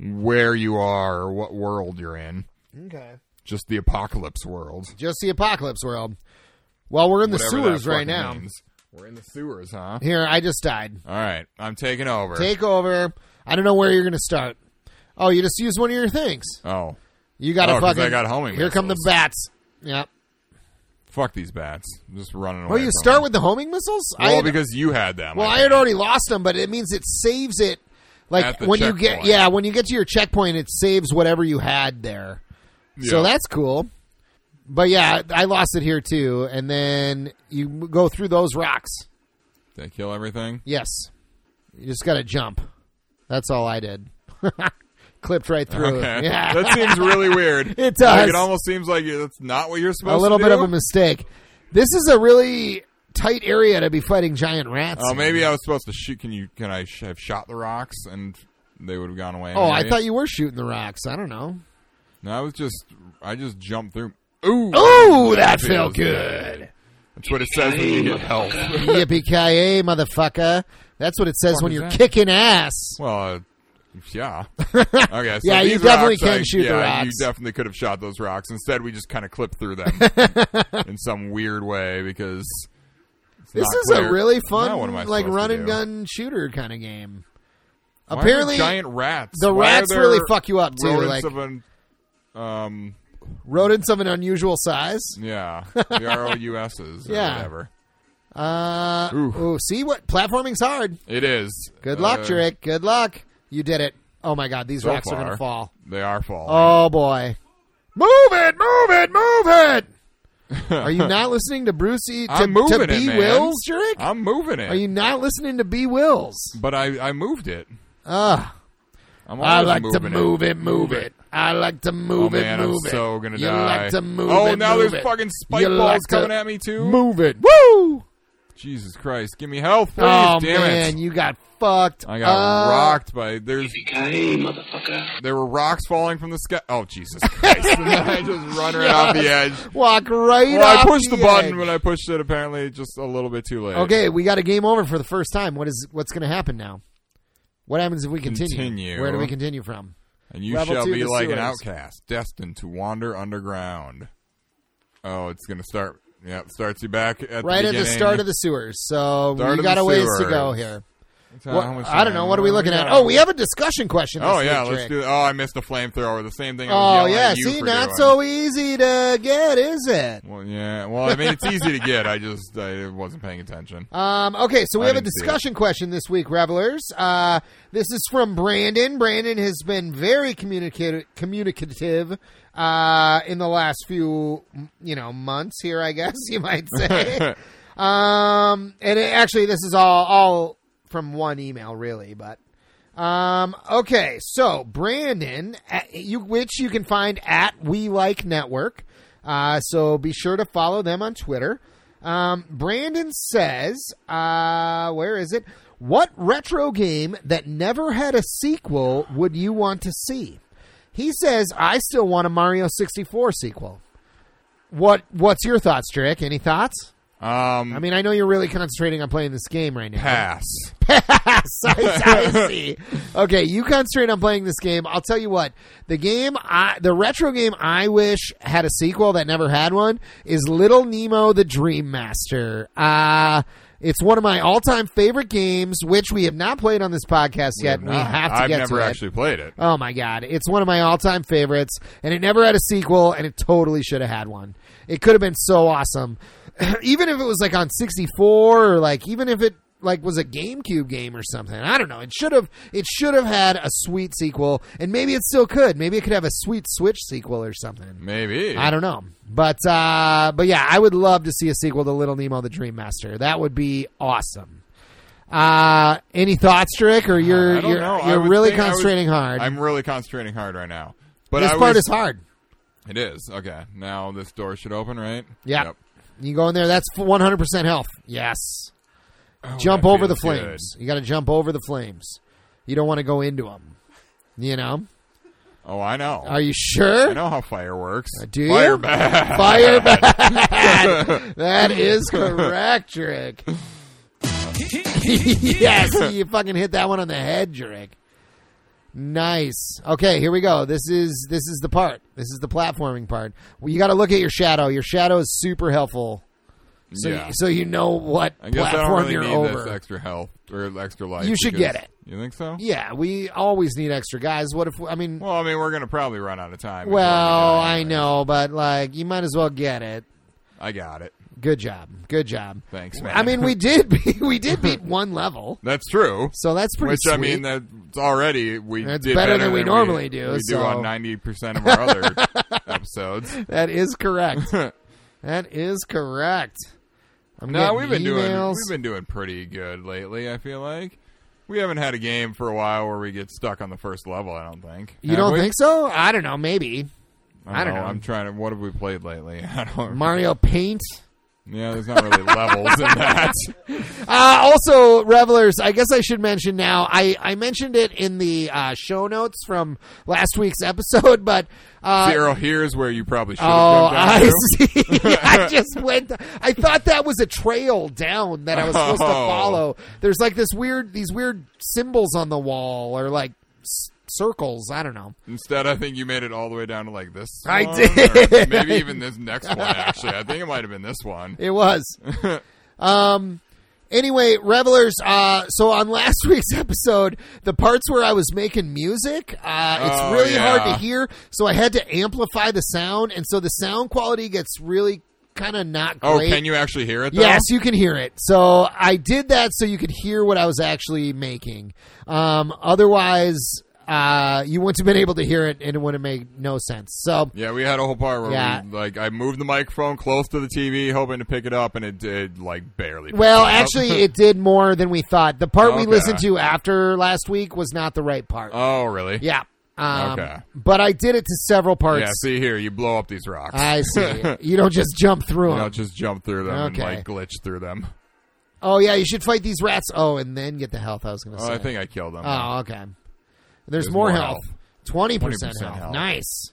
Speaker 2: where you are or what world you're in.
Speaker 1: okay.
Speaker 2: Just the apocalypse world.
Speaker 1: Just the apocalypse world. Well, we're in the
Speaker 2: Whatever that
Speaker 1: sewers right
Speaker 2: fucking
Speaker 1: now.
Speaker 2: means. We're in the sewers, huh?
Speaker 1: Here, I just died.
Speaker 2: All right, I'm taking over.
Speaker 1: Take over. I don't know where you're going to start. Oh, you just used one of your things.
Speaker 2: oh,
Speaker 1: You got to
Speaker 2: Oh, 'cause
Speaker 1: fucking.
Speaker 2: I got homing
Speaker 1: Here come the
Speaker 2: missiles.
Speaker 1: bats. Yep.
Speaker 2: fuck these bats! I'm just running away.
Speaker 1: Well, Oh, you
Speaker 2: from
Speaker 1: start
Speaker 2: them.
Speaker 1: with the homing missiles. I
Speaker 2: well
Speaker 1: had,
Speaker 2: because you had them.
Speaker 1: well, I
Speaker 2: think.
Speaker 1: had already lost them, but it means it saves it. Like
Speaker 2: At the
Speaker 1: when you get
Speaker 2: checkpoint.
Speaker 1: yeah, when you get to your checkpoint, it saves whatever you had there. So
Speaker 2: Yeah.
Speaker 1: that's cool. But yeah, I lost it here too, and then you go through those rocks.
Speaker 2: Did I kill everything?
Speaker 1: Yes, you just got to jump. That's all I did. Clipped right through. it.
Speaker 2: Okay.
Speaker 1: Yeah,
Speaker 2: That seems really weird.
Speaker 1: It does.
Speaker 2: Like, it almost seems like you- that's not what you're supposed
Speaker 1: a
Speaker 2: to
Speaker 1: little bit
Speaker 2: do.
Speaker 1: of a mistake. This is a really tight area to be fighting giant rats.
Speaker 2: Oh,
Speaker 1: in.
Speaker 2: maybe I was supposed to shoot. Can you? Can I sh- have shot the rocks and they would have gone away?
Speaker 1: Oh, I
Speaker 2: anyway?
Speaker 1: thought you were shooting the rocks. I don't know.
Speaker 2: No, I was just. I just jumped through. Ooh.
Speaker 1: Ooh, that
Speaker 2: Oh, feels
Speaker 1: Oh, felt good. Oh,
Speaker 2: That's what it says when you get help.
Speaker 1: Yippee ki motherfucker! That's what it says
Speaker 2: Fuck
Speaker 1: when
Speaker 2: is
Speaker 1: you're
Speaker 2: that?
Speaker 1: kicking ass.
Speaker 2: well. Uh, yeah. Okay. So
Speaker 1: Yeah, you
Speaker 2: these
Speaker 1: definitely
Speaker 2: rocks,
Speaker 1: can
Speaker 2: I-
Speaker 1: shoot the
Speaker 2: yeah,
Speaker 1: rocks.
Speaker 2: You definitely could have shot those rocks. Instead, we just kind of clipped through them in some weird way because it's
Speaker 1: This
Speaker 2: not
Speaker 1: is
Speaker 2: clear.
Speaker 1: a really
Speaker 2: Now what am I
Speaker 1: fun, like
Speaker 2: supposed to
Speaker 1: run and
Speaker 2: do?
Speaker 1: gun shooter kind of game.
Speaker 2: Why are there
Speaker 1: Apparently,
Speaker 2: giant rats.
Speaker 1: the
Speaker 2: Why are
Speaker 1: rats
Speaker 2: there
Speaker 1: really fuck you up, too,
Speaker 2: rodents
Speaker 1: like-
Speaker 2: of an- um,
Speaker 1: rodents of an unusual size.
Speaker 2: yeah, the R O U S S.
Speaker 1: Yeah.
Speaker 2: whatever.
Speaker 1: Uh,
Speaker 2: Ooh.
Speaker 1: ooh, see what platforming's hard.
Speaker 2: It is.
Speaker 1: Good luck,
Speaker 2: Uh,
Speaker 1: Drake. Good luck. You did it. Oh my god, these
Speaker 2: so
Speaker 1: rocks are gonna
Speaker 2: far.
Speaker 1: fall.
Speaker 2: They are falling.
Speaker 1: Oh boy. Move it, move it, move it. Are you not listening to Bruce E. To,
Speaker 2: I'm moving
Speaker 1: to
Speaker 2: it,
Speaker 1: B.
Speaker 2: man.
Speaker 1: Wills, Jurek?
Speaker 2: I'm moving it,
Speaker 1: Are you not listening to B. Wills?
Speaker 2: but I I moved it.
Speaker 1: Ugh.
Speaker 2: I'm
Speaker 1: I
Speaker 2: always
Speaker 1: like to
Speaker 2: moving
Speaker 1: move it, move it. I like to
Speaker 2: Oh
Speaker 1: move it,
Speaker 2: man,
Speaker 1: move
Speaker 2: I'm
Speaker 1: it.
Speaker 2: so gonna
Speaker 1: you
Speaker 2: die.
Speaker 1: like to move
Speaker 2: oh,
Speaker 1: it.
Speaker 2: now
Speaker 1: move
Speaker 2: there's
Speaker 1: it.
Speaker 2: fucking spike
Speaker 1: You
Speaker 2: balls
Speaker 1: like to
Speaker 2: coming at me too.
Speaker 1: Move it. Woo!
Speaker 2: Jesus Christ, give me health, please.
Speaker 1: oh
Speaker 2: Damn
Speaker 1: man, Uh,
Speaker 2: it!
Speaker 1: you got fucked.
Speaker 2: I got
Speaker 1: up.
Speaker 2: rocked by there's
Speaker 3: Yippee-ki-yay, motherfucker.
Speaker 2: there were rocks falling from the sky. Oh Jesus Christ! I just run right off the edge.
Speaker 1: Walk right
Speaker 2: Well, I
Speaker 1: off
Speaker 2: pushed the, button
Speaker 1: edge.
Speaker 2: when I pushed it. Apparently, just a little bit too late.
Speaker 1: Okay, we got a game over for the first time. What is what's going to happen now? What happens if we continue?
Speaker 2: Continue.
Speaker 1: Where do we continue from?
Speaker 2: And you
Speaker 1: Level
Speaker 2: shall
Speaker 1: two,
Speaker 2: be
Speaker 1: the
Speaker 2: like an
Speaker 1: sewers.
Speaker 2: outcast, destined to wander underground. Oh, it's gonna start. Yeah, it starts you back at
Speaker 1: Right
Speaker 2: the
Speaker 1: at the
Speaker 2: beginning.
Speaker 1: start of the sewers. So
Speaker 2: Start
Speaker 1: we
Speaker 2: of
Speaker 1: got
Speaker 2: the
Speaker 1: a ways to go
Speaker 2: sewers.
Speaker 1: here.
Speaker 2: So
Speaker 1: What-
Speaker 2: how much
Speaker 1: I don't
Speaker 2: time
Speaker 1: know. What are we looking at? Oh, we have a discussion question. this
Speaker 2: Oh yeah,
Speaker 1: week,
Speaker 2: let's
Speaker 1: Drake.
Speaker 2: do. Oh, I missed the flamethrower. The same thing. I was
Speaker 1: Oh
Speaker 2: yelling
Speaker 1: yeah,
Speaker 2: at you
Speaker 1: see,
Speaker 2: for
Speaker 1: not
Speaker 2: doing.
Speaker 1: so easy to get, is it?
Speaker 2: Well, yeah. Well, I mean, it's easy to get. I just I wasn't paying attention.
Speaker 1: Um, okay, so we
Speaker 2: I
Speaker 1: have a
Speaker 2: didn't see it.
Speaker 1: discussion question this week, revelers. Uh, this is from Brandon. Brandon has been very communicative, communicative uh, in the last few, you know, months here. I guess you might say. um, and it, actually, this is all all from one email, really. But um, okay, so Brandon, at- you which you can find at We Like Network. Uh, so be sure to follow them on Twitter. Um, Brandon says, uh, where is it? What retro game that never had a sequel would you want to see? He says, I still want a Mario 64 sequel. What What's your thoughts, Trick? Any thoughts?
Speaker 2: Um,
Speaker 1: I mean, I know you're really concentrating on playing this game right now.
Speaker 2: pass.
Speaker 1: Pass. I, I see. Okay, you concentrate on playing this game. I'll tell you what. The game, I, the retro game I wish had a sequel that never had one is Little Nemo the Dream Master. Uh, it's one of my all-time favorite games, which we have not played on this podcast yet. We
Speaker 2: Nah,
Speaker 1: have to
Speaker 2: I've
Speaker 1: get
Speaker 2: never
Speaker 1: to it.
Speaker 2: actually played it.
Speaker 1: Oh my god, it's one of my all-time favorites, and it never had a sequel, and it totally should have had one. It could have been so awesome, even if it was like on sixty-four, or like even if it like was a GameCube game or something. I don't know. It should have. It should have had a sweet sequel, and maybe it still could. Maybe it could have a sweet Switch sequel or something.
Speaker 2: Maybe.
Speaker 1: I don't know. But uh, but yeah, I would love to see a sequel to Little Nemo the Dream Master. That would be awesome. Uh, any thoughts, Trick? Or you're
Speaker 2: Uh, I don't
Speaker 1: you're,
Speaker 2: know. I
Speaker 1: you're
Speaker 2: would
Speaker 1: really
Speaker 2: think I would-
Speaker 1: concentrating hard.
Speaker 2: I'm really concentrating hard right now. But
Speaker 1: this
Speaker 2: I
Speaker 1: part
Speaker 2: was-
Speaker 1: is hard.
Speaker 2: It is okay. Now this door should open, right?
Speaker 1: Yeah. You go in there. That's 100% health. Yes. jump
Speaker 2: Oh, that
Speaker 1: over the
Speaker 2: feels
Speaker 1: flames. You got to jump over the flames. You don't want to go into them. You know?
Speaker 2: Oh, I know.
Speaker 1: Are you sure?
Speaker 2: I know how fire works.
Speaker 1: Do you?
Speaker 2: Fire bad.
Speaker 1: Fire bad. that is correct, Drake. yes, you fucking hit that one on the head, Drake. Nice. Okay, here we go. This is this is the part. This is the platforming part. Well, you got to look at your shadow. Your shadow is super helpful. So,
Speaker 2: yeah.
Speaker 1: so you know what
Speaker 2: I guess I don't
Speaker 1: platform
Speaker 2: really
Speaker 1: you're
Speaker 2: need
Speaker 1: over.
Speaker 2: this extra health or extra life.
Speaker 1: You should
Speaker 2: because-
Speaker 1: get it.
Speaker 2: You think so?
Speaker 1: yeah, we always need extra guys. What if I mean? Well,
Speaker 2: Well, I mean, we're gonna probably run out of time. before we
Speaker 1: well
Speaker 2: die
Speaker 1: I
Speaker 2: anyway.
Speaker 1: know, but like you might as well get it.
Speaker 2: I got it.
Speaker 1: Good job. Good job.
Speaker 2: Thanks, man.
Speaker 1: I mean, we did beat, we did beat one level,
Speaker 2: That's true.
Speaker 1: so that's pretty.
Speaker 2: Which I
Speaker 1: sweet.
Speaker 2: mean, that's already we.
Speaker 1: That's
Speaker 2: did
Speaker 1: better than we normally do,
Speaker 2: We
Speaker 1: so-
Speaker 2: do on ninety percent of our other episodes.
Speaker 1: that is correct. that is correct. I'm
Speaker 2: No,
Speaker 1: getting
Speaker 2: we've been doing
Speaker 1: emails.
Speaker 2: we've been doing pretty good lately. I feel like we haven't had a game for a while where we get stuck on the first level. I don't think.
Speaker 1: You
Speaker 2: Have
Speaker 1: don't
Speaker 2: we?
Speaker 1: think so? I don't know. Maybe I don't know.
Speaker 2: I'm trying to. What have we played lately? I don't.
Speaker 1: Mario Paint.
Speaker 2: yeah, there's not really levels in that.
Speaker 1: Uh, also, revelers, I guess I should mention now. I, I mentioned it in the uh, show notes from last week's episode, but uh,
Speaker 2: Zero here's where you probably should have
Speaker 1: Oh,
Speaker 2: jumped
Speaker 1: I
Speaker 2: onto.
Speaker 1: see. I just went. I thought that was a trail down that I was supposed to
Speaker 2: Oh.
Speaker 1: follow. There's like this weird, these weird symbols on the wall, or like s- circles. I don't know.
Speaker 2: Instead, I think you made it all the way down to like this.
Speaker 1: I
Speaker 2: one,
Speaker 1: did.
Speaker 2: or Maybe even this next one. Actually, I think it might have been this one.
Speaker 1: It was. um. Anyway, revelers. Uh. So on last week's episode, the parts where I was making music, uh, it's
Speaker 2: Oh,
Speaker 1: really
Speaker 2: yeah.
Speaker 1: hard to hear. So I had to amplify the sound, and so the sound quality gets really kind of not
Speaker 2: Oh,
Speaker 1: great.
Speaker 2: can you actually hear it? Though?
Speaker 1: Yes, you can hear it. So I did that so you could hear what I was actually making. Um, otherwise, uh, you wouldn't have been able to hear it, and it would have made no sense. So
Speaker 2: Yeah, we had a whole part where
Speaker 1: Yeah.
Speaker 2: we, like I moved the microphone close to the TV, hoping to pick it up, and it did like barely. pick
Speaker 1: Well,
Speaker 2: it up.
Speaker 1: actually, it did more than we thought. The part we
Speaker 2: Okay.
Speaker 1: listened to after last week was not the right part.
Speaker 2: oh, really?
Speaker 1: yeah. Um,
Speaker 2: Okay.
Speaker 1: But I did it to several parts.
Speaker 2: Yeah. See here, you blow up these rocks.
Speaker 1: I see. you don't just jump through
Speaker 2: you
Speaker 1: them.
Speaker 2: know, just jump through them and
Speaker 1: Okay.
Speaker 2: like glitch through them.
Speaker 1: oh, yeah, you should fight these rats. Oh, and then get the health, I was going to
Speaker 2: Oh,
Speaker 1: say.
Speaker 2: I think I killed them.
Speaker 1: oh, okay. There's, more,
Speaker 2: more
Speaker 1: health.
Speaker 2: health.
Speaker 1: 20%
Speaker 2: 20%
Speaker 1: health.
Speaker 2: health.
Speaker 1: Nice.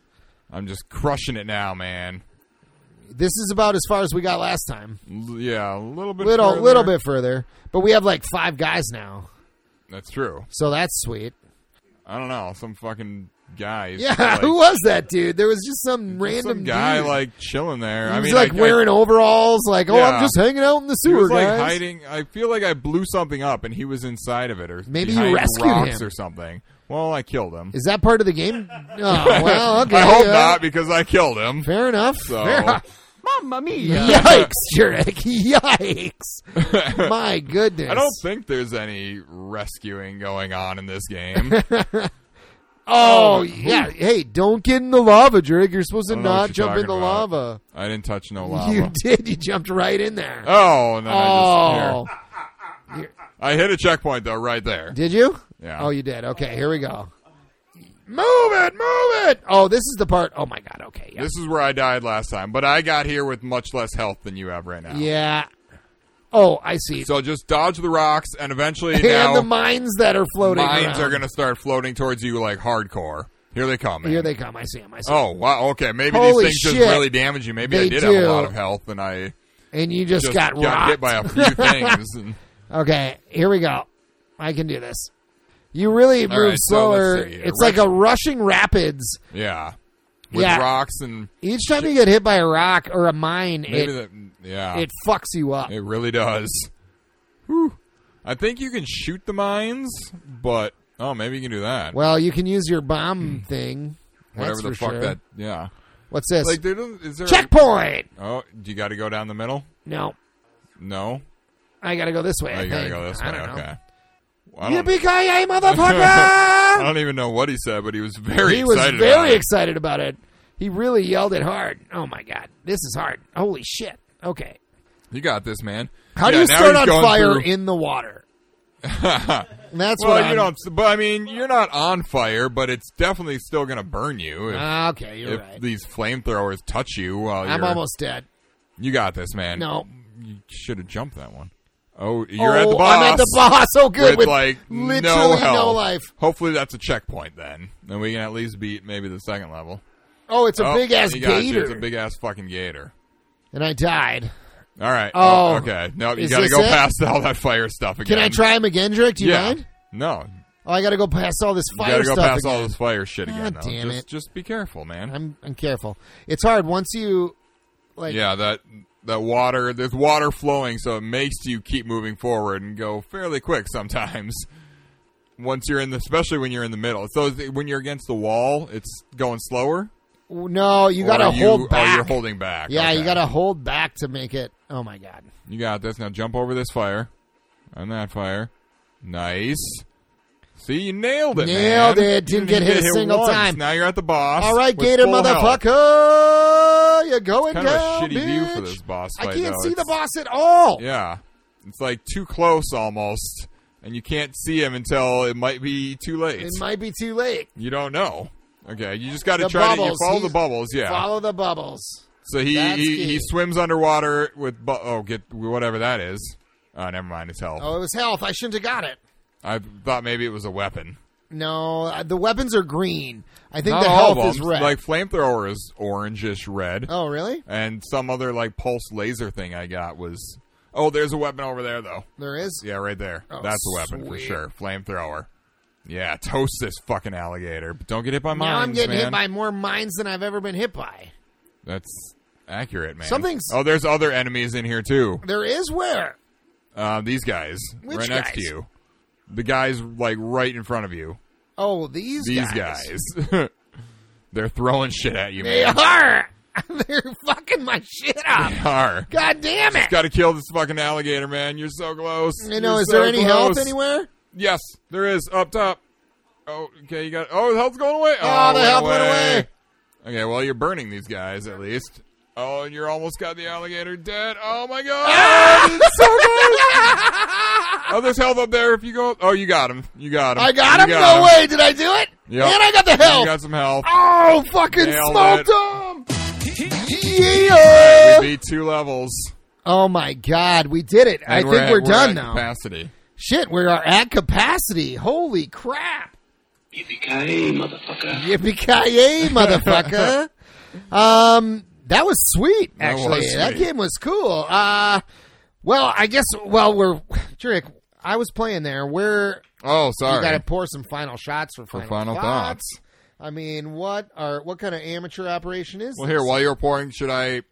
Speaker 2: I'm just crushing it now, man.
Speaker 1: this is about as far as we got last time.
Speaker 2: L- yeah, a little bit.
Speaker 1: Little
Speaker 2: further.
Speaker 1: little bit further, but we have like five guys now.
Speaker 2: That's true.
Speaker 1: So that's sweet.
Speaker 2: I don't know. Some fucking guy. is,
Speaker 1: Yeah,
Speaker 2: like,
Speaker 1: who was that dude? There was just some
Speaker 2: some
Speaker 1: random
Speaker 2: guy
Speaker 1: dude.
Speaker 2: like chilling there.
Speaker 1: he
Speaker 2: I
Speaker 1: was
Speaker 2: mean,
Speaker 1: like
Speaker 2: I- I-
Speaker 1: wearing overalls. Like, oh, I'm
Speaker 2: Yeah.
Speaker 1: just hanging out in the
Speaker 2: He
Speaker 1: sewer,
Speaker 2: was like
Speaker 1: guys.
Speaker 2: hiding. I feel like I blew something up, and he was inside of it, or
Speaker 1: Maybe you
Speaker 2: behind
Speaker 1: rescued
Speaker 2: rocks
Speaker 1: him.
Speaker 2: or something. Well, I killed him.
Speaker 1: Is that part of the game? Oh well, okay.
Speaker 2: I hope
Speaker 1: yeah.
Speaker 2: not because I killed him.
Speaker 1: Fair enough.
Speaker 2: So
Speaker 1: Fair enough.
Speaker 5: Mamma mia!
Speaker 1: Yikes, Jurek. Yikes. My goodness.
Speaker 2: I don't think there's any rescuing going on in this game.
Speaker 1: Oh, yeah. Hey, don't get in the lava, Jurek. You're supposed to
Speaker 2: don't know what
Speaker 1: not
Speaker 2: you're
Speaker 1: jump in the
Speaker 2: talking about.
Speaker 1: lava.
Speaker 2: I didn't touch no lava.
Speaker 1: You did. You jumped right in there.
Speaker 2: Oh, and then
Speaker 1: oh.
Speaker 2: I just here. I hit a checkpoint though right there.
Speaker 1: Did you?
Speaker 2: Yeah.
Speaker 1: Oh, you did. Okay, here we go. Move it, move it. Oh, this is the part. Oh my god. Okay. Yeah.
Speaker 2: This is where I died last time, but I got here with much less health than you have right now.
Speaker 1: yeah. Oh, I see.
Speaker 2: So just dodge the rocks, and eventually
Speaker 1: and
Speaker 2: now
Speaker 1: the mines that are floating.
Speaker 2: mines
Speaker 1: around.
Speaker 2: are going to start floating towards you like hardcore. Here they come. Man.
Speaker 1: Here they come. I see them. I see. 'em.
Speaker 2: Oh wow! Okay, maybe
Speaker 1: Holy
Speaker 2: these things
Speaker 1: shit.
Speaker 2: just really damage you. Maybe
Speaker 1: They
Speaker 2: I did have
Speaker 1: do.
Speaker 2: a lot of health, and I
Speaker 1: And you just,
Speaker 2: Oh, just
Speaker 1: got, rocked.
Speaker 2: hit by a few things. And,
Speaker 1: Okay, here we go. I can do this. You really move
Speaker 2: right, so
Speaker 1: slower.
Speaker 2: let's see here.
Speaker 1: it's like a rushing rapids.
Speaker 2: yeah, with
Speaker 1: Yeah.
Speaker 2: rocks and
Speaker 1: Each time you get hit by a rock or a mine,
Speaker 2: maybe
Speaker 1: it,
Speaker 2: that. Yeah,
Speaker 1: it fucks you up.
Speaker 2: It really does. Whew. I think you can shoot the mines, but oh, maybe you can do that.
Speaker 1: well, you can use your bomb thing.
Speaker 2: Hmm. Whatever
Speaker 1: that's
Speaker 2: the
Speaker 1: for
Speaker 2: fuck
Speaker 1: sure.
Speaker 2: that. Yeah.
Speaker 1: What's this?
Speaker 2: Like there doesn't. Is there? a-
Speaker 1: Checkpoint.
Speaker 2: oh, do you got to go down the middle?
Speaker 1: No,
Speaker 2: No.
Speaker 1: I gotta go this way.
Speaker 2: Oh,
Speaker 1: I
Speaker 2: you gotta
Speaker 1: think.
Speaker 2: go this
Speaker 1: I
Speaker 2: way.
Speaker 1: don't know.
Speaker 2: Okay. Oh. Well, I don't,
Speaker 1: Yippee-ki-yay,
Speaker 2: I
Speaker 1: motherfucker!
Speaker 2: don't even know what he said, but he was very
Speaker 1: he was
Speaker 2: excited. about
Speaker 1: very
Speaker 2: it.
Speaker 1: excited about it. He really yelled it hard. Oh my god, this is hard. Holy shit. Okay.
Speaker 2: You got this, man.
Speaker 1: How do
Speaker 2: Yeah,
Speaker 1: you
Speaker 2: now
Speaker 1: start
Speaker 2: he's
Speaker 1: on
Speaker 2: going
Speaker 1: fire
Speaker 2: through-
Speaker 1: in the water? That's
Speaker 2: well,
Speaker 1: what
Speaker 2: you
Speaker 1: I'm-
Speaker 2: don't. But I mean, you're not on fire, but it's definitely still gonna burn you if,
Speaker 1: Ah, okay, you're
Speaker 2: if
Speaker 1: right.
Speaker 2: these flamethrowers touch you while
Speaker 1: I'm
Speaker 2: you're.
Speaker 1: almost dead.
Speaker 2: You got this, man.
Speaker 1: No.
Speaker 2: You should have jumped that one. Oh, you're at
Speaker 1: Oh,
Speaker 2: the boss.
Speaker 1: I'm at the boss. Oh, good.
Speaker 2: With, like
Speaker 1: literally
Speaker 2: no,
Speaker 1: no,
Speaker 2: health.
Speaker 1: life.
Speaker 2: Hopefully that's a checkpoint then, and we can at least beat maybe the second level.
Speaker 1: Oh, it's a
Speaker 2: Oh,
Speaker 1: big ass
Speaker 2: he got you.
Speaker 1: gator,
Speaker 2: It's a big ass fucking gator.
Speaker 1: and I died.
Speaker 2: All right.
Speaker 1: Oh.
Speaker 2: okay. No, you
Speaker 1: Is
Speaker 2: got to
Speaker 1: this
Speaker 2: go
Speaker 1: it?
Speaker 2: past all that fire stuff again.
Speaker 1: Can I try him again, Drake? Do you
Speaker 2: yeah.
Speaker 1: mind?
Speaker 2: No,
Speaker 1: Oh, I got to go past all this
Speaker 2: you
Speaker 1: fire
Speaker 2: got to go
Speaker 1: stuff.
Speaker 2: past
Speaker 1: again.
Speaker 2: all this fire shit again.
Speaker 1: God
Speaker 2: though.
Speaker 1: damn
Speaker 2: just,
Speaker 1: it.
Speaker 2: just be careful, man.
Speaker 1: I'm I'm careful. It's hard once you like.
Speaker 2: yeah, that that water. There's water flowing, so it makes you keep moving forward and go fairly quick sometimes. Once you're in, the, especially when you're in the middle. So is it- when you're against the wall, it's going slower.
Speaker 1: No, you got to
Speaker 2: Or
Speaker 1: hold
Speaker 2: Oh,
Speaker 1: back.
Speaker 2: you're holding back.
Speaker 1: yeah, you
Speaker 2: Okay.
Speaker 1: got to hold back to make it. Oh my god.
Speaker 2: You got this. Now jump over this fire. On that fire. Nice. See, you nailed it.
Speaker 1: Nailed
Speaker 2: man.
Speaker 1: it.
Speaker 2: You
Speaker 1: Didn't get hit a single
Speaker 2: once.
Speaker 1: time.
Speaker 2: Now you're at the boss.
Speaker 1: All right,
Speaker 2: with
Speaker 1: Gator
Speaker 2: full health.
Speaker 1: motherfucker, you're going
Speaker 2: Kind of a
Speaker 1: down,
Speaker 2: shitty view for
Speaker 1: bitch.
Speaker 2: this boss
Speaker 1: I
Speaker 2: fight,
Speaker 1: can't
Speaker 2: though.
Speaker 1: see the
Speaker 2: It's-
Speaker 1: boss at all.
Speaker 2: Yeah. It's like too close almost, and you can't see him until it might be too late.
Speaker 1: It might be too late.
Speaker 2: you don't know. Okay, you just got to
Speaker 1: The
Speaker 2: try to you
Speaker 1: bubbles.
Speaker 2: follow
Speaker 1: He's-
Speaker 2: the bubbles. Yeah.
Speaker 1: Follow the bubbles.
Speaker 2: so he
Speaker 1: That's
Speaker 2: he,
Speaker 1: key.
Speaker 2: he swims underwater with bu- oh get whatever that is. Oh, never mind. It's health.
Speaker 1: Oh, it was health. I shouldn't have got it.
Speaker 2: I thought maybe it was a weapon.
Speaker 1: No, uh, the weapons are green. I think
Speaker 2: Not
Speaker 1: the
Speaker 2: all
Speaker 1: health
Speaker 2: of them.
Speaker 1: is red.
Speaker 2: Like flamethrower is orangish red,
Speaker 1: oh, really?
Speaker 2: and some other like pulse laser thing I got was. Oh, there's a weapon over there though.
Speaker 1: There is.
Speaker 2: Yeah, right there.
Speaker 1: Oh,
Speaker 2: That's a weapon for
Speaker 1: sweet.
Speaker 2: sure. Flamethrower. Yeah, toast this fucking alligator, but don't get hit by mines,
Speaker 1: now I'm getting
Speaker 2: man.
Speaker 1: hit by more mines than I've ever been hit by.
Speaker 2: That's accurate, man.
Speaker 1: Something's-
Speaker 2: Oh, there's other enemies in here too.
Speaker 1: There is where.
Speaker 2: Uh, these guys
Speaker 1: Which
Speaker 2: right next to
Speaker 1: guys?
Speaker 2: you. The guys like right in front of you.
Speaker 1: Oh, these
Speaker 2: These
Speaker 1: guys.
Speaker 2: guys. They're throwing shit at you,
Speaker 1: They
Speaker 2: man.
Speaker 1: are. They're fucking my shit up.
Speaker 2: They are.
Speaker 1: God damn it.
Speaker 2: Got to kill this fucking alligator, man. You're so close.
Speaker 1: You know,
Speaker 2: You're
Speaker 1: is there
Speaker 2: so
Speaker 1: any
Speaker 2: close.
Speaker 1: health anywhere?
Speaker 2: Yes, there is up top. Oh, okay, you got. Oh, the health's going away.
Speaker 1: Oh, the
Speaker 2: it
Speaker 1: health went away.
Speaker 2: Okay, well, you're burning these guys at least. Oh, and you're almost got the alligator dead. Oh my god!
Speaker 1: Ah!
Speaker 2: It's so close. oh, there's health up there. If you go, oh, you got him. You got him.
Speaker 1: I got him.
Speaker 2: You
Speaker 1: no way. Did I do it?
Speaker 2: Yep.
Speaker 1: And I got the
Speaker 2: You
Speaker 1: health.
Speaker 2: got some health.
Speaker 1: oh, fucking
Speaker 2: Nailed
Speaker 1: smoked
Speaker 2: it.
Speaker 1: him.
Speaker 2: We
Speaker 1: Yeah.
Speaker 2: beat two levels.
Speaker 1: Oh my god, we did it. I
Speaker 2: and
Speaker 1: think
Speaker 2: at-
Speaker 1: we're, done
Speaker 2: at
Speaker 1: now.
Speaker 2: Capacity.
Speaker 1: Shit, we are at capacity. Holy crap.
Speaker 3: Yippee-ki-yay, motherfucker.
Speaker 1: Yippee-ki-yay, motherfucker. um, that was sweet,
Speaker 2: That was
Speaker 1: actually. That,
Speaker 2: sweet.
Speaker 1: game was cool. Uh, well, I guess, well, we're, Drake, I was playing there. We're
Speaker 2: Oh, sorry.
Speaker 1: You got to pour some final shots for final,
Speaker 2: final
Speaker 1: thoughts.
Speaker 2: thoughts.
Speaker 1: I mean, what are what kind of amateur operation is?
Speaker 2: Well,
Speaker 1: this?
Speaker 2: here, while you're pouring, should I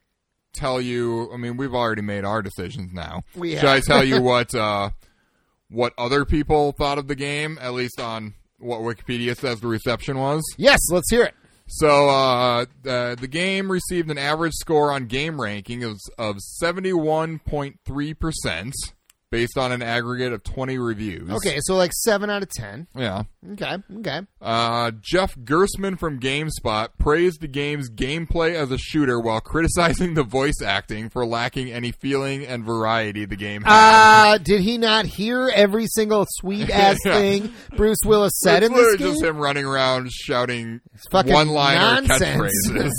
Speaker 2: tell you? I mean, we've already made our decisions now.
Speaker 1: We
Speaker 2: Should I
Speaker 1: have.
Speaker 2: tell you what uh, what other people thought of the game, at least on what Wikipedia says the reception was?
Speaker 1: Yes, let's hear it.
Speaker 2: So uh, the, the game received an average score on game ranking of, of 71.3% based on an aggregate of 20 reviews.
Speaker 1: Okay, so like seven out of ten.
Speaker 2: Yeah.
Speaker 1: Okay, okay.
Speaker 2: Uh, Jeff Gersman from GameSpot praised the game's gameplay as a shooter while criticizing the voice acting for lacking any feeling and variety the game had.
Speaker 1: Uh, did he not hear every single sweet ass
Speaker 2: Yeah.
Speaker 1: thing Bruce Willis said
Speaker 2: it's
Speaker 1: in this
Speaker 2: literally
Speaker 1: game?
Speaker 2: just him running around shouting
Speaker 1: fucking
Speaker 2: one-liner
Speaker 1: nonsense.
Speaker 2: catchphrases.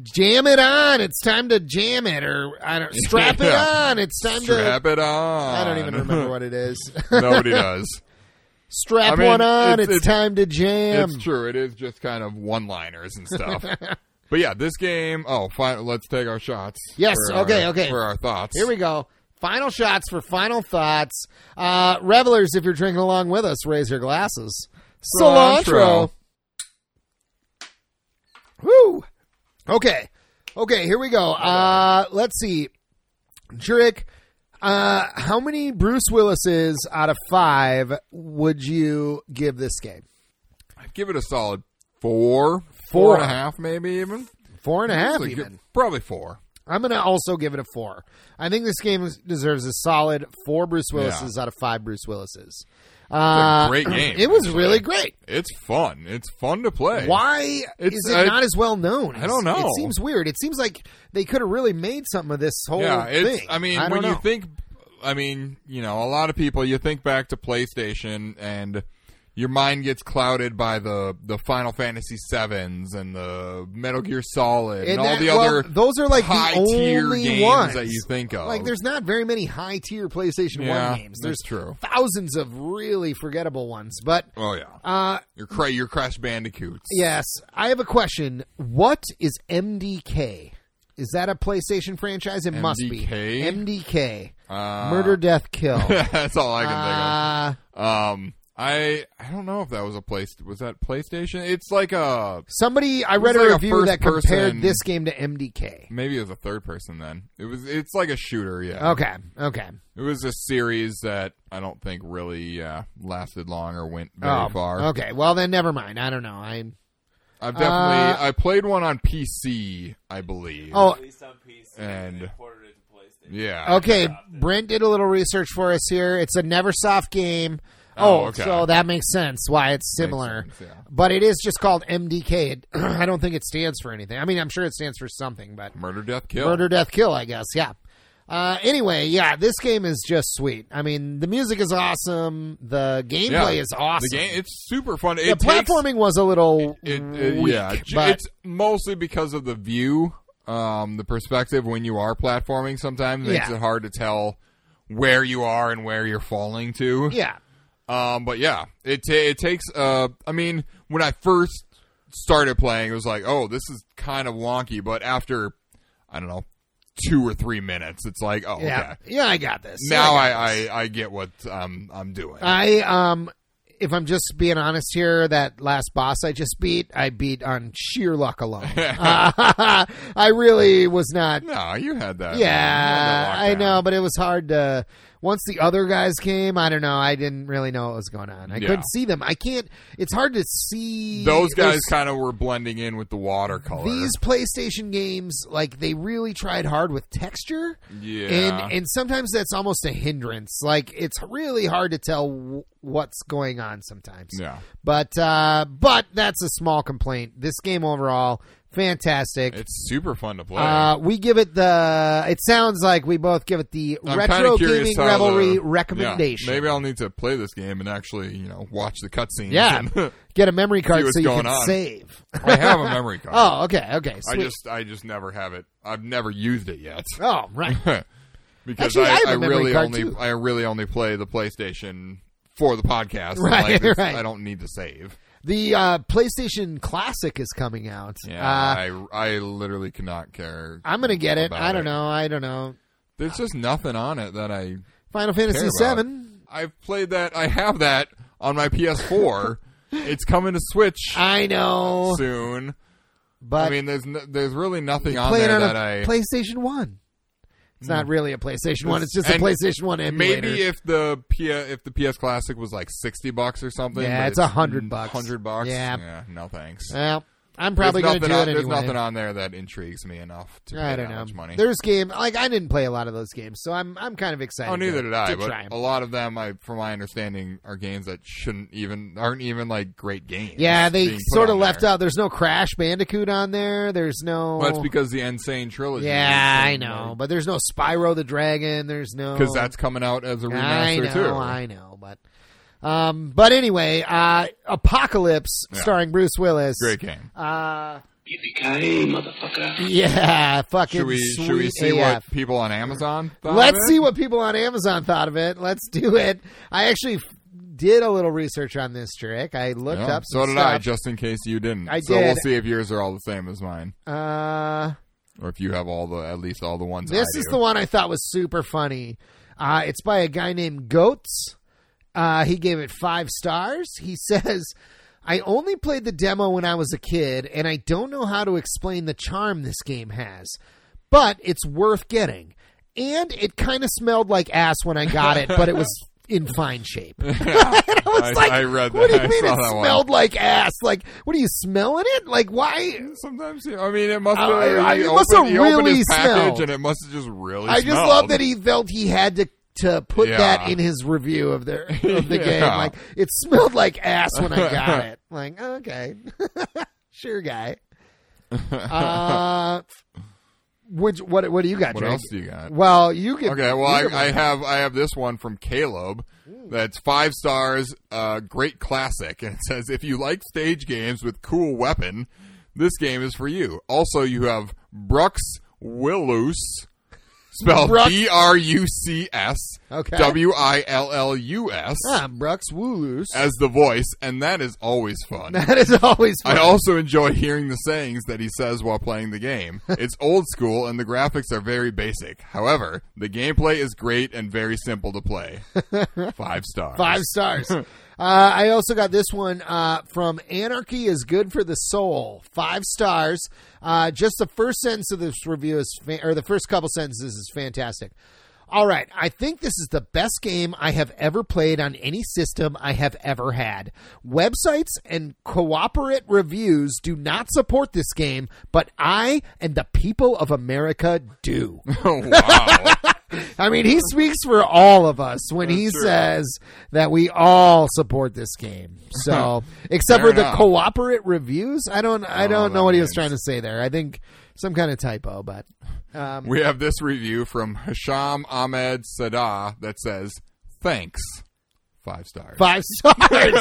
Speaker 1: jam it on! It's time to jam it, or I don't strap it
Speaker 2: Yeah.
Speaker 1: on. It's time
Speaker 2: Strap
Speaker 1: to.
Speaker 2: it
Speaker 1: I
Speaker 2: on.
Speaker 1: don't even remember what it is.
Speaker 2: Nobody does.
Speaker 1: strap
Speaker 2: I mean,
Speaker 1: one on.
Speaker 2: it's-
Speaker 1: It's,
Speaker 2: it's-
Speaker 1: time to jam.
Speaker 2: It's true. It is just kind of one-liners and stuff. but yeah, this game. Oh, fine. Let's take our shots.
Speaker 1: Yes,
Speaker 2: for our-
Speaker 1: okay, okay.
Speaker 2: For our thoughts.
Speaker 1: Here we go. Final shots for final thoughts. Uh, revelers, if you're drinking along with us, raise your glasses. Cilantro.
Speaker 2: Cilantro.
Speaker 1: Woo. Okay. Okay, here we go. Uh, let's see. Jurek, uh, how many Bruce Willises out of five would you give this game?
Speaker 2: I'd give it a solid four,
Speaker 1: Four.
Speaker 2: four and a half, maybe even.
Speaker 1: Four and a half,
Speaker 2: Like,
Speaker 1: even.
Speaker 2: Probably four.
Speaker 1: I'm going to also give it a four. I think this game is- deserves a solid four Bruce Willises out of five Bruce Willises. Uh,
Speaker 2: great game,
Speaker 1: It was
Speaker 2: actually.
Speaker 1: really great.
Speaker 2: It's fun. It's fun to play.
Speaker 1: Why
Speaker 2: It's-
Speaker 1: is it
Speaker 2: I-
Speaker 1: not as well known?
Speaker 2: I don't
Speaker 1: It's-
Speaker 2: know.
Speaker 1: It seems weird. It seems like they could have really made something of this whole
Speaker 2: Yeah, it's.
Speaker 1: thing.
Speaker 2: I mean,
Speaker 1: don't
Speaker 2: when you
Speaker 1: know.
Speaker 2: think, I mean, you know, a lot of people. You think back to PlayStation, and your mind gets clouded by the the Final Fantasy sevens and the Metal Gear Solid and,
Speaker 1: And
Speaker 2: all
Speaker 1: that-
Speaker 2: the
Speaker 1: well,
Speaker 2: other
Speaker 1: those are like the
Speaker 2: high-tier
Speaker 1: only
Speaker 2: games
Speaker 1: ones
Speaker 2: that you think of.
Speaker 1: Like, there's not very many high tier PlayStation
Speaker 2: Yeah,
Speaker 1: One games. There's
Speaker 2: that's true.
Speaker 1: thousands of really forgettable ones, but
Speaker 2: Oh yeah,
Speaker 1: uh,
Speaker 2: your cra- your Crash Bandicoots.
Speaker 1: Yes, I have a question. What is MDK? Is that a PlayStation franchise? It must be
Speaker 2: MDK?
Speaker 1: MDK.
Speaker 2: Uh,
Speaker 1: Murder, death, kill.
Speaker 2: That's all I can
Speaker 1: uh,
Speaker 2: think of. Um, I I don't know if that was a place. Was that PlayStation? It's like a
Speaker 1: somebody, I read a
Speaker 2: like a
Speaker 1: review that compared
Speaker 2: first-person-
Speaker 1: this game to MDK.
Speaker 2: maybe it was a third person. Then it was. It's like a shooter. Yeah.
Speaker 1: Okay, okay.
Speaker 2: It was a series that I don't think really uh, lasted long or went very
Speaker 1: Oh,
Speaker 2: far.
Speaker 1: okay. Well, then never mind. I don't know. I
Speaker 2: I've definitely I played one on PC, I believe.
Speaker 1: Uh, oh
Speaker 5: Released on PC
Speaker 2: And-
Speaker 5: and they ported it to PlayStation.
Speaker 2: yeah.
Speaker 1: okay. Brent did a little research for us here. It's a NeverSoft game.
Speaker 2: Oh,
Speaker 1: Oh,
Speaker 2: okay.
Speaker 1: so that makes sense why it's similar.
Speaker 2: sense, yeah.
Speaker 1: But it is just called MDK. It, I don't think it stands for anything. I mean, I'm sure it stands for something, but
Speaker 2: Murder, death, kill.
Speaker 1: Murder, death, kill, I guess. Yeah. Uh, anyway, yeah, this game is just sweet. I mean, the music is awesome. The
Speaker 2: Yeah.
Speaker 1: gameplay is awesome.
Speaker 2: The game, it's super fun.
Speaker 1: The
Speaker 2: It takes-
Speaker 1: platforming was a little
Speaker 2: it, it-
Speaker 1: weak,
Speaker 2: yeah, j-
Speaker 1: but
Speaker 2: it's mostly because of the view, um, the perspective when you are platforming. Sometimes makes
Speaker 1: Yeah.
Speaker 2: it hard to tell where you are and where you're falling to.
Speaker 1: yeah,
Speaker 2: Um, but yeah, it ta it takes. Uh, I mean, when I first started playing, it was like, oh, this is kind of wonky. But after, I don't know, two or three minutes, it's like, oh,
Speaker 1: yeah,
Speaker 2: okay.
Speaker 1: yeah. I got this. Yeah,
Speaker 2: Now
Speaker 1: I, got
Speaker 2: I,
Speaker 1: this.
Speaker 2: I, I get what um, I'm doing.
Speaker 1: I um, if I'm just being honest here, that last boss I just beat, I beat on sheer luck alone. Uh, I really was not
Speaker 2: no, you had that.
Speaker 1: Yeah,
Speaker 2: You
Speaker 1: I
Speaker 2: had that lockdown.
Speaker 1: know, but it was hard to. Once the other guys came, I don't know. I didn't really know what was going on. I
Speaker 2: Yeah.
Speaker 1: couldn't see them. I can't. It's hard to see
Speaker 2: Those guys
Speaker 1: There's-
Speaker 2: kind of were blending in with the watercolor.
Speaker 1: These PlayStation games, like they really tried hard with texture,
Speaker 2: Yeah.
Speaker 1: and and sometimes that's almost a hindrance. Like it's really hard to tell w- what's going on sometimes.
Speaker 2: Yeah.
Speaker 1: but uh, but that's a small complaint. This game overall, fantastic.
Speaker 2: it's super fun to play.
Speaker 1: Uh, we give it the. It sounds like we both give it the
Speaker 2: I'm
Speaker 1: retro
Speaker 2: kinda curious
Speaker 1: gaming
Speaker 2: how
Speaker 1: revelry
Speaker 2: the-
Speaker 1: recommendation.
Speaker 2: Yeah, maybe I'll need to play this game and actually, you know, watch the cutscenes.
Speaker 1: Yeah.
Speaker 2: and-
Speaker 1: get a memory card
Speaker 2: what's
Speaker 1: so you
Speaker 2: going
Speaker 1: can
Speaker 2: on.
Speaker 1: save.
Speaker 2: I have a memory card.
Speaker 1: Oh, okay, okay,
Speaker 2: I
Speaker 1: sweet.
Speaker 2: just I just never have it. I've never used it yet
Speaker 1: oh, right.
Speaker 2: because
Speaker 1: Actually, I
Speaker 2: I,
Speaker 1: have a
Speaker 2: I
Speaker 1: memory
Speaker 2: really
Speaker 1: card,
Speaker 2: only
Speaker 1: too.
Speaker 2: I really only play the PlayStation for the podcast. and,
Speaker 1: Right,
Speaker 2: like, it's-
Speaker 1: right.
Speaker 2: I don't need to save.
Speaker 1: The uh, PlayStation Classic is coming out. Uh,
Speaker 2: I I literally cannot care.
Speaker 1: I'm gonna get it.
Speaker 2: about
Speaker 1: I don't know. I don't know.
Speaker 2: There's just nothing on it that I
Speaker 1: Final Fantasy
Speaker 2: care about.
Speaker 1: Seven.
Speaker 2: I've played that. I have that on my PS4. it's coming to Switch
Speaker 1: I know,
Speaker 2: soon.
Speaker 1: but
Speaker 2: I mean, there's no, there's really nothing on
Speaker 1: play it
Speaker 2: Ah, there
Speaker 1: on
Speaker 2: that
Speaker 1: a
Speaker 2: I Mm.
Speaker 1: PlayStation One. It's not really a PlayStation One. It's just a
Speaker 2: and
Speaker 1: PlayStation One emulator.
Speaker 2: Maybe if the P- if the PS Classic was like sixty bucks or something.
Speaker 1: Yeah,
Speaker 2: but
Speaker 1: it's 100 bucks.
Speaker 2: Hundred bucks.
Speaker 1: Yeah.
Speaker 2: no thanks.
Speaker 1: well, I'm probably
Speaker 2: there's
Speaker 1: going
Speaker 2: nothing
Speaker 1: to do
Speaker 2: on,
Speaker 1: it anyway.
Speaker 2: There's nothing on there that intrigues me enough to pay
Speaker 1: I don't
Speaker 2: that
Speaker 1: know.
Speaker 2: much money.
Speaker 1: There's game like I didn't play a lot of those games, so I'm I'm kind of excited.
Speaker 2: oh,
Speaker 1: to,
Speaker 2: neither did I.
Speaker 1: to
Speaker 2: But
Speaker 1: try 'em.
Speaker 2: a lot of them, I, from my understanding, are games that shouldn't even aren't even like great games.
Speaker 1: yeah, they
Speaker 2: being put
Speaker 1: sort of
Speaker 2: on
Speaker 1: left
Speaker 2: there.
Speaker 1: out. There's no Crash Bandicoot on there. There's no.
Speaker 2: Well, that's because the Insane trilogy.
Speaker 1: yeah, I know, but there's no Spyro the Dragon. There's no
Speaker 2: Because that's coming out as a remaster
Speaker 1: I know,
Speaker 2: too.
Speaker 1: I know, but um, but anyway, uh, Apocalypse
Speaker 2: Yeah.
Speaker 1: starring Bruce Willis.
Speaker 2: Great game.
Speaker 1: Uh,
Speaker 3: Yippee-ki-yay, motherfucker.
Speaker 1: yeah, fucking
Speaker 2: Should we
Speaker 1: sweet
Speaker 2: should we see
Speaker 1: AF.
Speaker 2: what people on Amazon? Thought of
Speaker 1: Let's
Speaker 2: it?
Speaker 1: see what people on Amazon thought of it. Let's do it. I actually f- did a little research on this trick. I looked
Speaker 2: Yeah,
Speaker 1: up. Some
Speaker 2: So did I,
Speaker 1: stuff.
Speaker 2: just in case you didn't.
Speaker 1: I
Speaker 2: so we'll
Speaker 1: did.
Speaker 2: see if yours are all the same as mine,
Speaker 1: Uh,
Speaker 2: or if you have all the at least all the ones.
Speaker 1: this
Speaker 2: I
Speaker 1: is
Speaker 2: do.
Speaker 1: the one I thought was super funny. Uh, it's by a guy named Goats. Uh, he gave it five stars. He says, I only played the demo when I was a kid, and I don't know how to explain the charm this game has, but it's worth getting. And it kind of smelled like ass when I got it, but it was in fine shape. I was
Speaker 2: I-
Speaker 1: like,
Speaker 2: I read
Speaker 1: what do
Speaker 2: that.
Speaker 1: you
Speaker 2: I
Speaker 1: mean
Speaker 2: saw
Speaker 1: it
Speaker 2: that one."
Speaker 1: smelled like ass? Like, what are you smelling it? Like, why?
Speaker 2: Sometimes you- I mean it must.
Speaker 1: I-
Speaker 2: Have,
Speaker 1: I-
Speaker 2: he
Speaker 1: it must
Speaker 2: opened-
Speaker 1: have
Speaker 2: he opened
Speaker 1: really
Speaker 2: his package
Speaker 1: smelled.
Speaker 2: and it must have just really.
Speaker 1: I just
Speaker 2: smelled.
Speaker 1: love that he felt he had to to put
Speaker 2: Yeah.
Speaker 1: that in his review of the of the game.
Speaker 2: Yeah.
Speaker 1: Like it smelled like ass when I got it. Like okay, sure, guy. Uh, which what what do you got?
Speaker 2: What
Speaker 1: Drake?
Speaker 2: else do you got?
Speaker 1: Well, you can.
Speaker 2: Okay, well,
Speaker 1: you can-
Speaker 2: I, I have I have this one from Caleb. That's five stars, uh, great classic, and it says if you like stage games with cool weapon, this game is for you. Also, you have Brux Willus, spelled
Speaker 1: Brux-
Speaker 2: B R U C S
Speaker 1: Okay.
Speaker 2: W I L L U S,
Speaker 1: ah, Brux Wooloos.
Speaker 2: as the voice, and that is always fun.
Speaker 1: That is always fun.
Speaker 2: I also enjoy hearing the sayings that he says while playing the game. It's old school and the graphics are very basic. However, the gameplay is great and very simple to play. Five stars.
Speaker 1: Five stars. uh, I also got this one uh, from Anarchy is Good for the Soul. Five stars. Uh, just the first sentence of this review is, fa- or the first couple sentences is fantastic. All right, I think this is the best game I have ever played on any system I have ever had. Websites and cooperate reviews do not support this game, but I and the people of America do.
Speaker 2: Oh, wow.
Speaker 1: I mean, he speaks for all of us when he says that we all support this game. So, except
Speaker 2: Fair
Speaker 1: for the
Speaker 2: enough. Oh,
Speaker 1: cooperate reviews, I don't, I don't
Speaker 2: that
Speaker 1: know what he was
Speaker 2: means-
Speaker 1: trying to say there. I think some kind of typo, but um,
Speaker 2: we have this review from Hisham Ahmed Sada that says, Thanks. Five stars.
Speaker 1: five stars.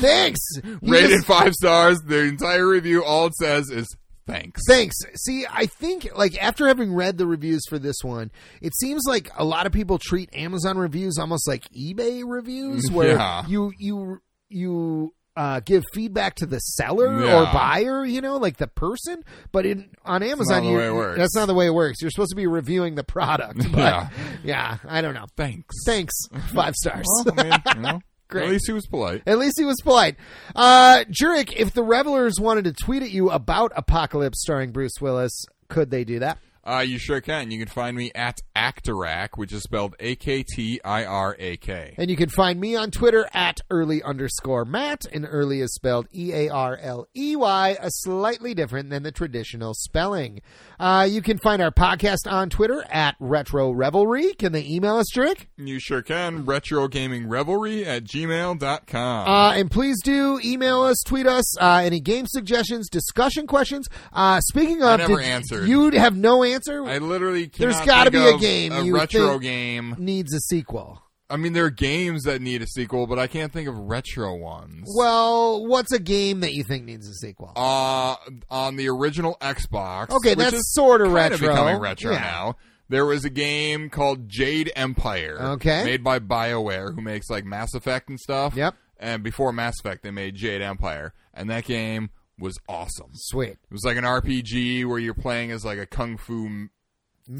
Speaker 1: Thanks. You
Speaker 2: Rated
Speaker 1: just-
Speaker 2: five stars. The entire review, all it says is thanks.
Speaker 1: Thanks. See, I think like after having read the reviews for this one, it seems like a lot of people treat Amazon reviews almost like eBay reviews, where
Speaker 2: Yeah.
Speaker 1: you you you uh, give feedback to the seller or
Speaker 2: Yeah.
Speaker 1: buyer, you know, like the person. But in on Amazon,
Speaker 2: the
Speaker 1: you-
Speaker 2: way it works.
Speaker 1: that's not the way it works. You're supposed to be reviewing the product. But, yeah,
Speaker 2: Yeah.
Speaker 1: I don't know.
Speaker 2: Thanks.
Speaker 1: Thanks. Five stars.
Speaker 2: Well, I mean, you know,
Speaker 1: Great.
Speaker 2: At least he was polite.
Speaker 1: At least he was polite. Uh, Jurek, if the revelers wanted to tweet at you about Apocalypse starring Bruce Willis, could they do that?
Speaker 2: Uh, you sure can. You can find me at Actirac, which is spelled A K T I R A K.
Speaker 1: And you can find me on Twitter at early underscore Matt, and early is spelled E A R L E Y, a slightly different than the traditional spelling. Uh, you can find our podcast on Twitter at Retro Revelry. Can they email us, Jurek?
Speaker 2: You sure can. Retro Gaming Revelry at gmail.com.
Speaker 1: Uh, and please do email us, tweet us, uh, any game suggestions, discussion questions. Uh, speaking of,
Speaker 2: never
Speaker 1: did-
Speaker 2: answered.
Speaker 1: you have no answer.
Speaker 2: I literally cannot
Speaker 1: there's gotta
Speaker 2: think
Speaker 1: be a
Speaker 2: of
Speaker 1: game
Speaker 2: a
Speaker 1: you
Speaker 2: retro
Speaker 1: think-
Speaker 2: game.
Speaker 1: needs a sequel.
Speaker 2: I mean, there are games that need a sequel, but I can't think of retro ones.
Speaker 1: Well, what's a game that you think needs a sequel?
Speaker 2: uh, on the original Xbox.
Speaker 1: Okay,
Speaker 2: which
Speaker 1: that's
Speaker 2: is
Speaker 1: sorta
Speaker 2: kinda
Speaker 1: retro.
Speaker 2: becoming retro
Speaker 1: Yeah.
Speaker 2: now. There was a game called Jade Empire.
Speaker 1: Okay.
Speaker 2: made by BioWare, who makes like Mass Effect and stuff.
Speaker 1: Yep.
Speaker 2: And before Mass Effect, they made Jade Empire, and that game was awesome.
Speaker 1: Sweet.
Speaker 2: It was like an RPG where you're playing as like a kung fu m-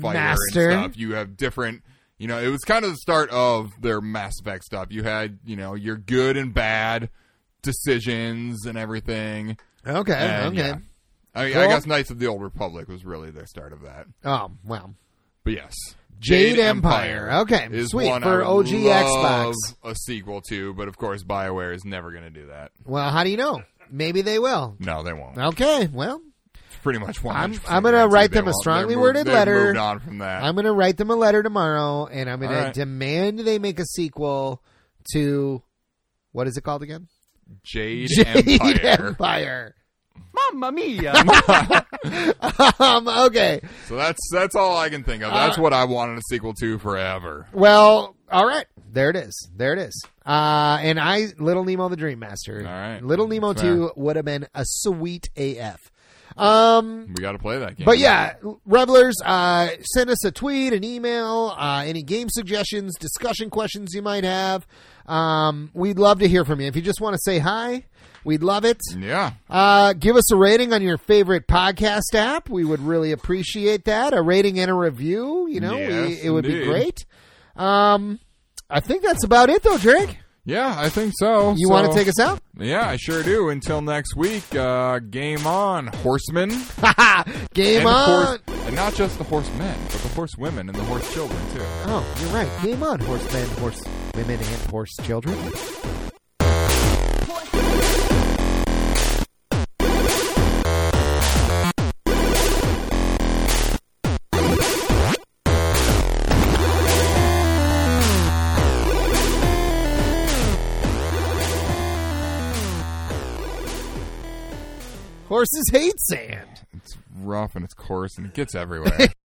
Speaker 2: fighter
Speaker 1: Master.
Speaker 2: and stuff. You have different. You know, it was kind of the start of their Mass Effect stuff. You had, you know, your good and bad decisions and everything.
Speaker 1: Okay.
Speaker 2: And,
Speaker 1: Oh, okay.
Speaker 2: yeah. I, mean, I
Speaker 1: Well-
Speaker 2: guess Knights of the Old Republic was really the start of that.
Speaker 1: Oh well.
Speaker 2: But yes,
Speaker 1: Jade Empire. Okay,
Speaker 2: is
Speaker 1: sweet,
Speaker 2: one
Speaker 1: for
Speaker 2: I would
Speaker 1: OG
Speaker 2: love
Speaker 1: Xbox.
Speaker 2: A sequel to, but of course, Bioware is never going to do that.
Speaker 1: Well, how do you know? Maybe they will.
Speaker 2: No, they won't.
Speaker 1: Okay. Well,
Speaker 2: It's pretty much one.
Speaker 1: I'm- I'm gonna write them a strongly worded letter.
Speaker 2: Moved on from that.
Speaker 1: I'm going to write them a letter tomorrow, and I'm going
Speaker 2: All
Speaker 1: to
Speaker 2: right.
Speaker 1: demand they make a sequel to what is it called again?
Speaker 2: Jade,
Speaker 1: Jade
Speaker 2: Empire.
Speaker 1: Empire.
Speaker 4: Mamma mia!
Speaker 1: um, okay.
Speaker 2: So that's that's all I can think of. That's
Speaker 1: Uh,
Speaker 2: what I wanted a sequel to forever.
Speaker 1: Well, all right. There it is. There it is. Uh, and I, Little Nemo the Dream Master.
Speaker 2: All right.
Speaker 1: Little Nemo
Speaker 2: Fair.
Speaker 1: 2 would have been a sweet AF. Um,
Speaker 2: We got to play that game.
Speaker 1: But yeah, revelers, uh, send us a tweet, an email, uh, any game suggestions, discussion questions you might have. Um, we'd love to hear from you. If you just want to say hi, we'd love it.
Speaker 2: yeah.
Speaker 1: Uh, give us a rating on your favorite podcast app. We would really appreciate that. A rating and a review, you know, we,
Speaker 2: Yes,
Speaker 1: it would be
Speaker 2: indeed.
Speaker 1: great. Um, I think that's about it, though, Drake.
Speaker 2: Yeah, I think so.
Speaker 1: You want to take us out?
Speaker 2: Yeah, I sure do. Until next week, uh, game on, horsemen.
Speaker 1: Game
Speaker 2: and
Speaker 1: on.
Speaker 2: horse- and not just the horsemen, but the horsewomen and the horse children, too.
Speaker 1: oh, you're right. Game on, horsemen, horse women, and horse children. Horses hate sand.
Speaker 2: It's rough and it's coarse and it gets everywhere.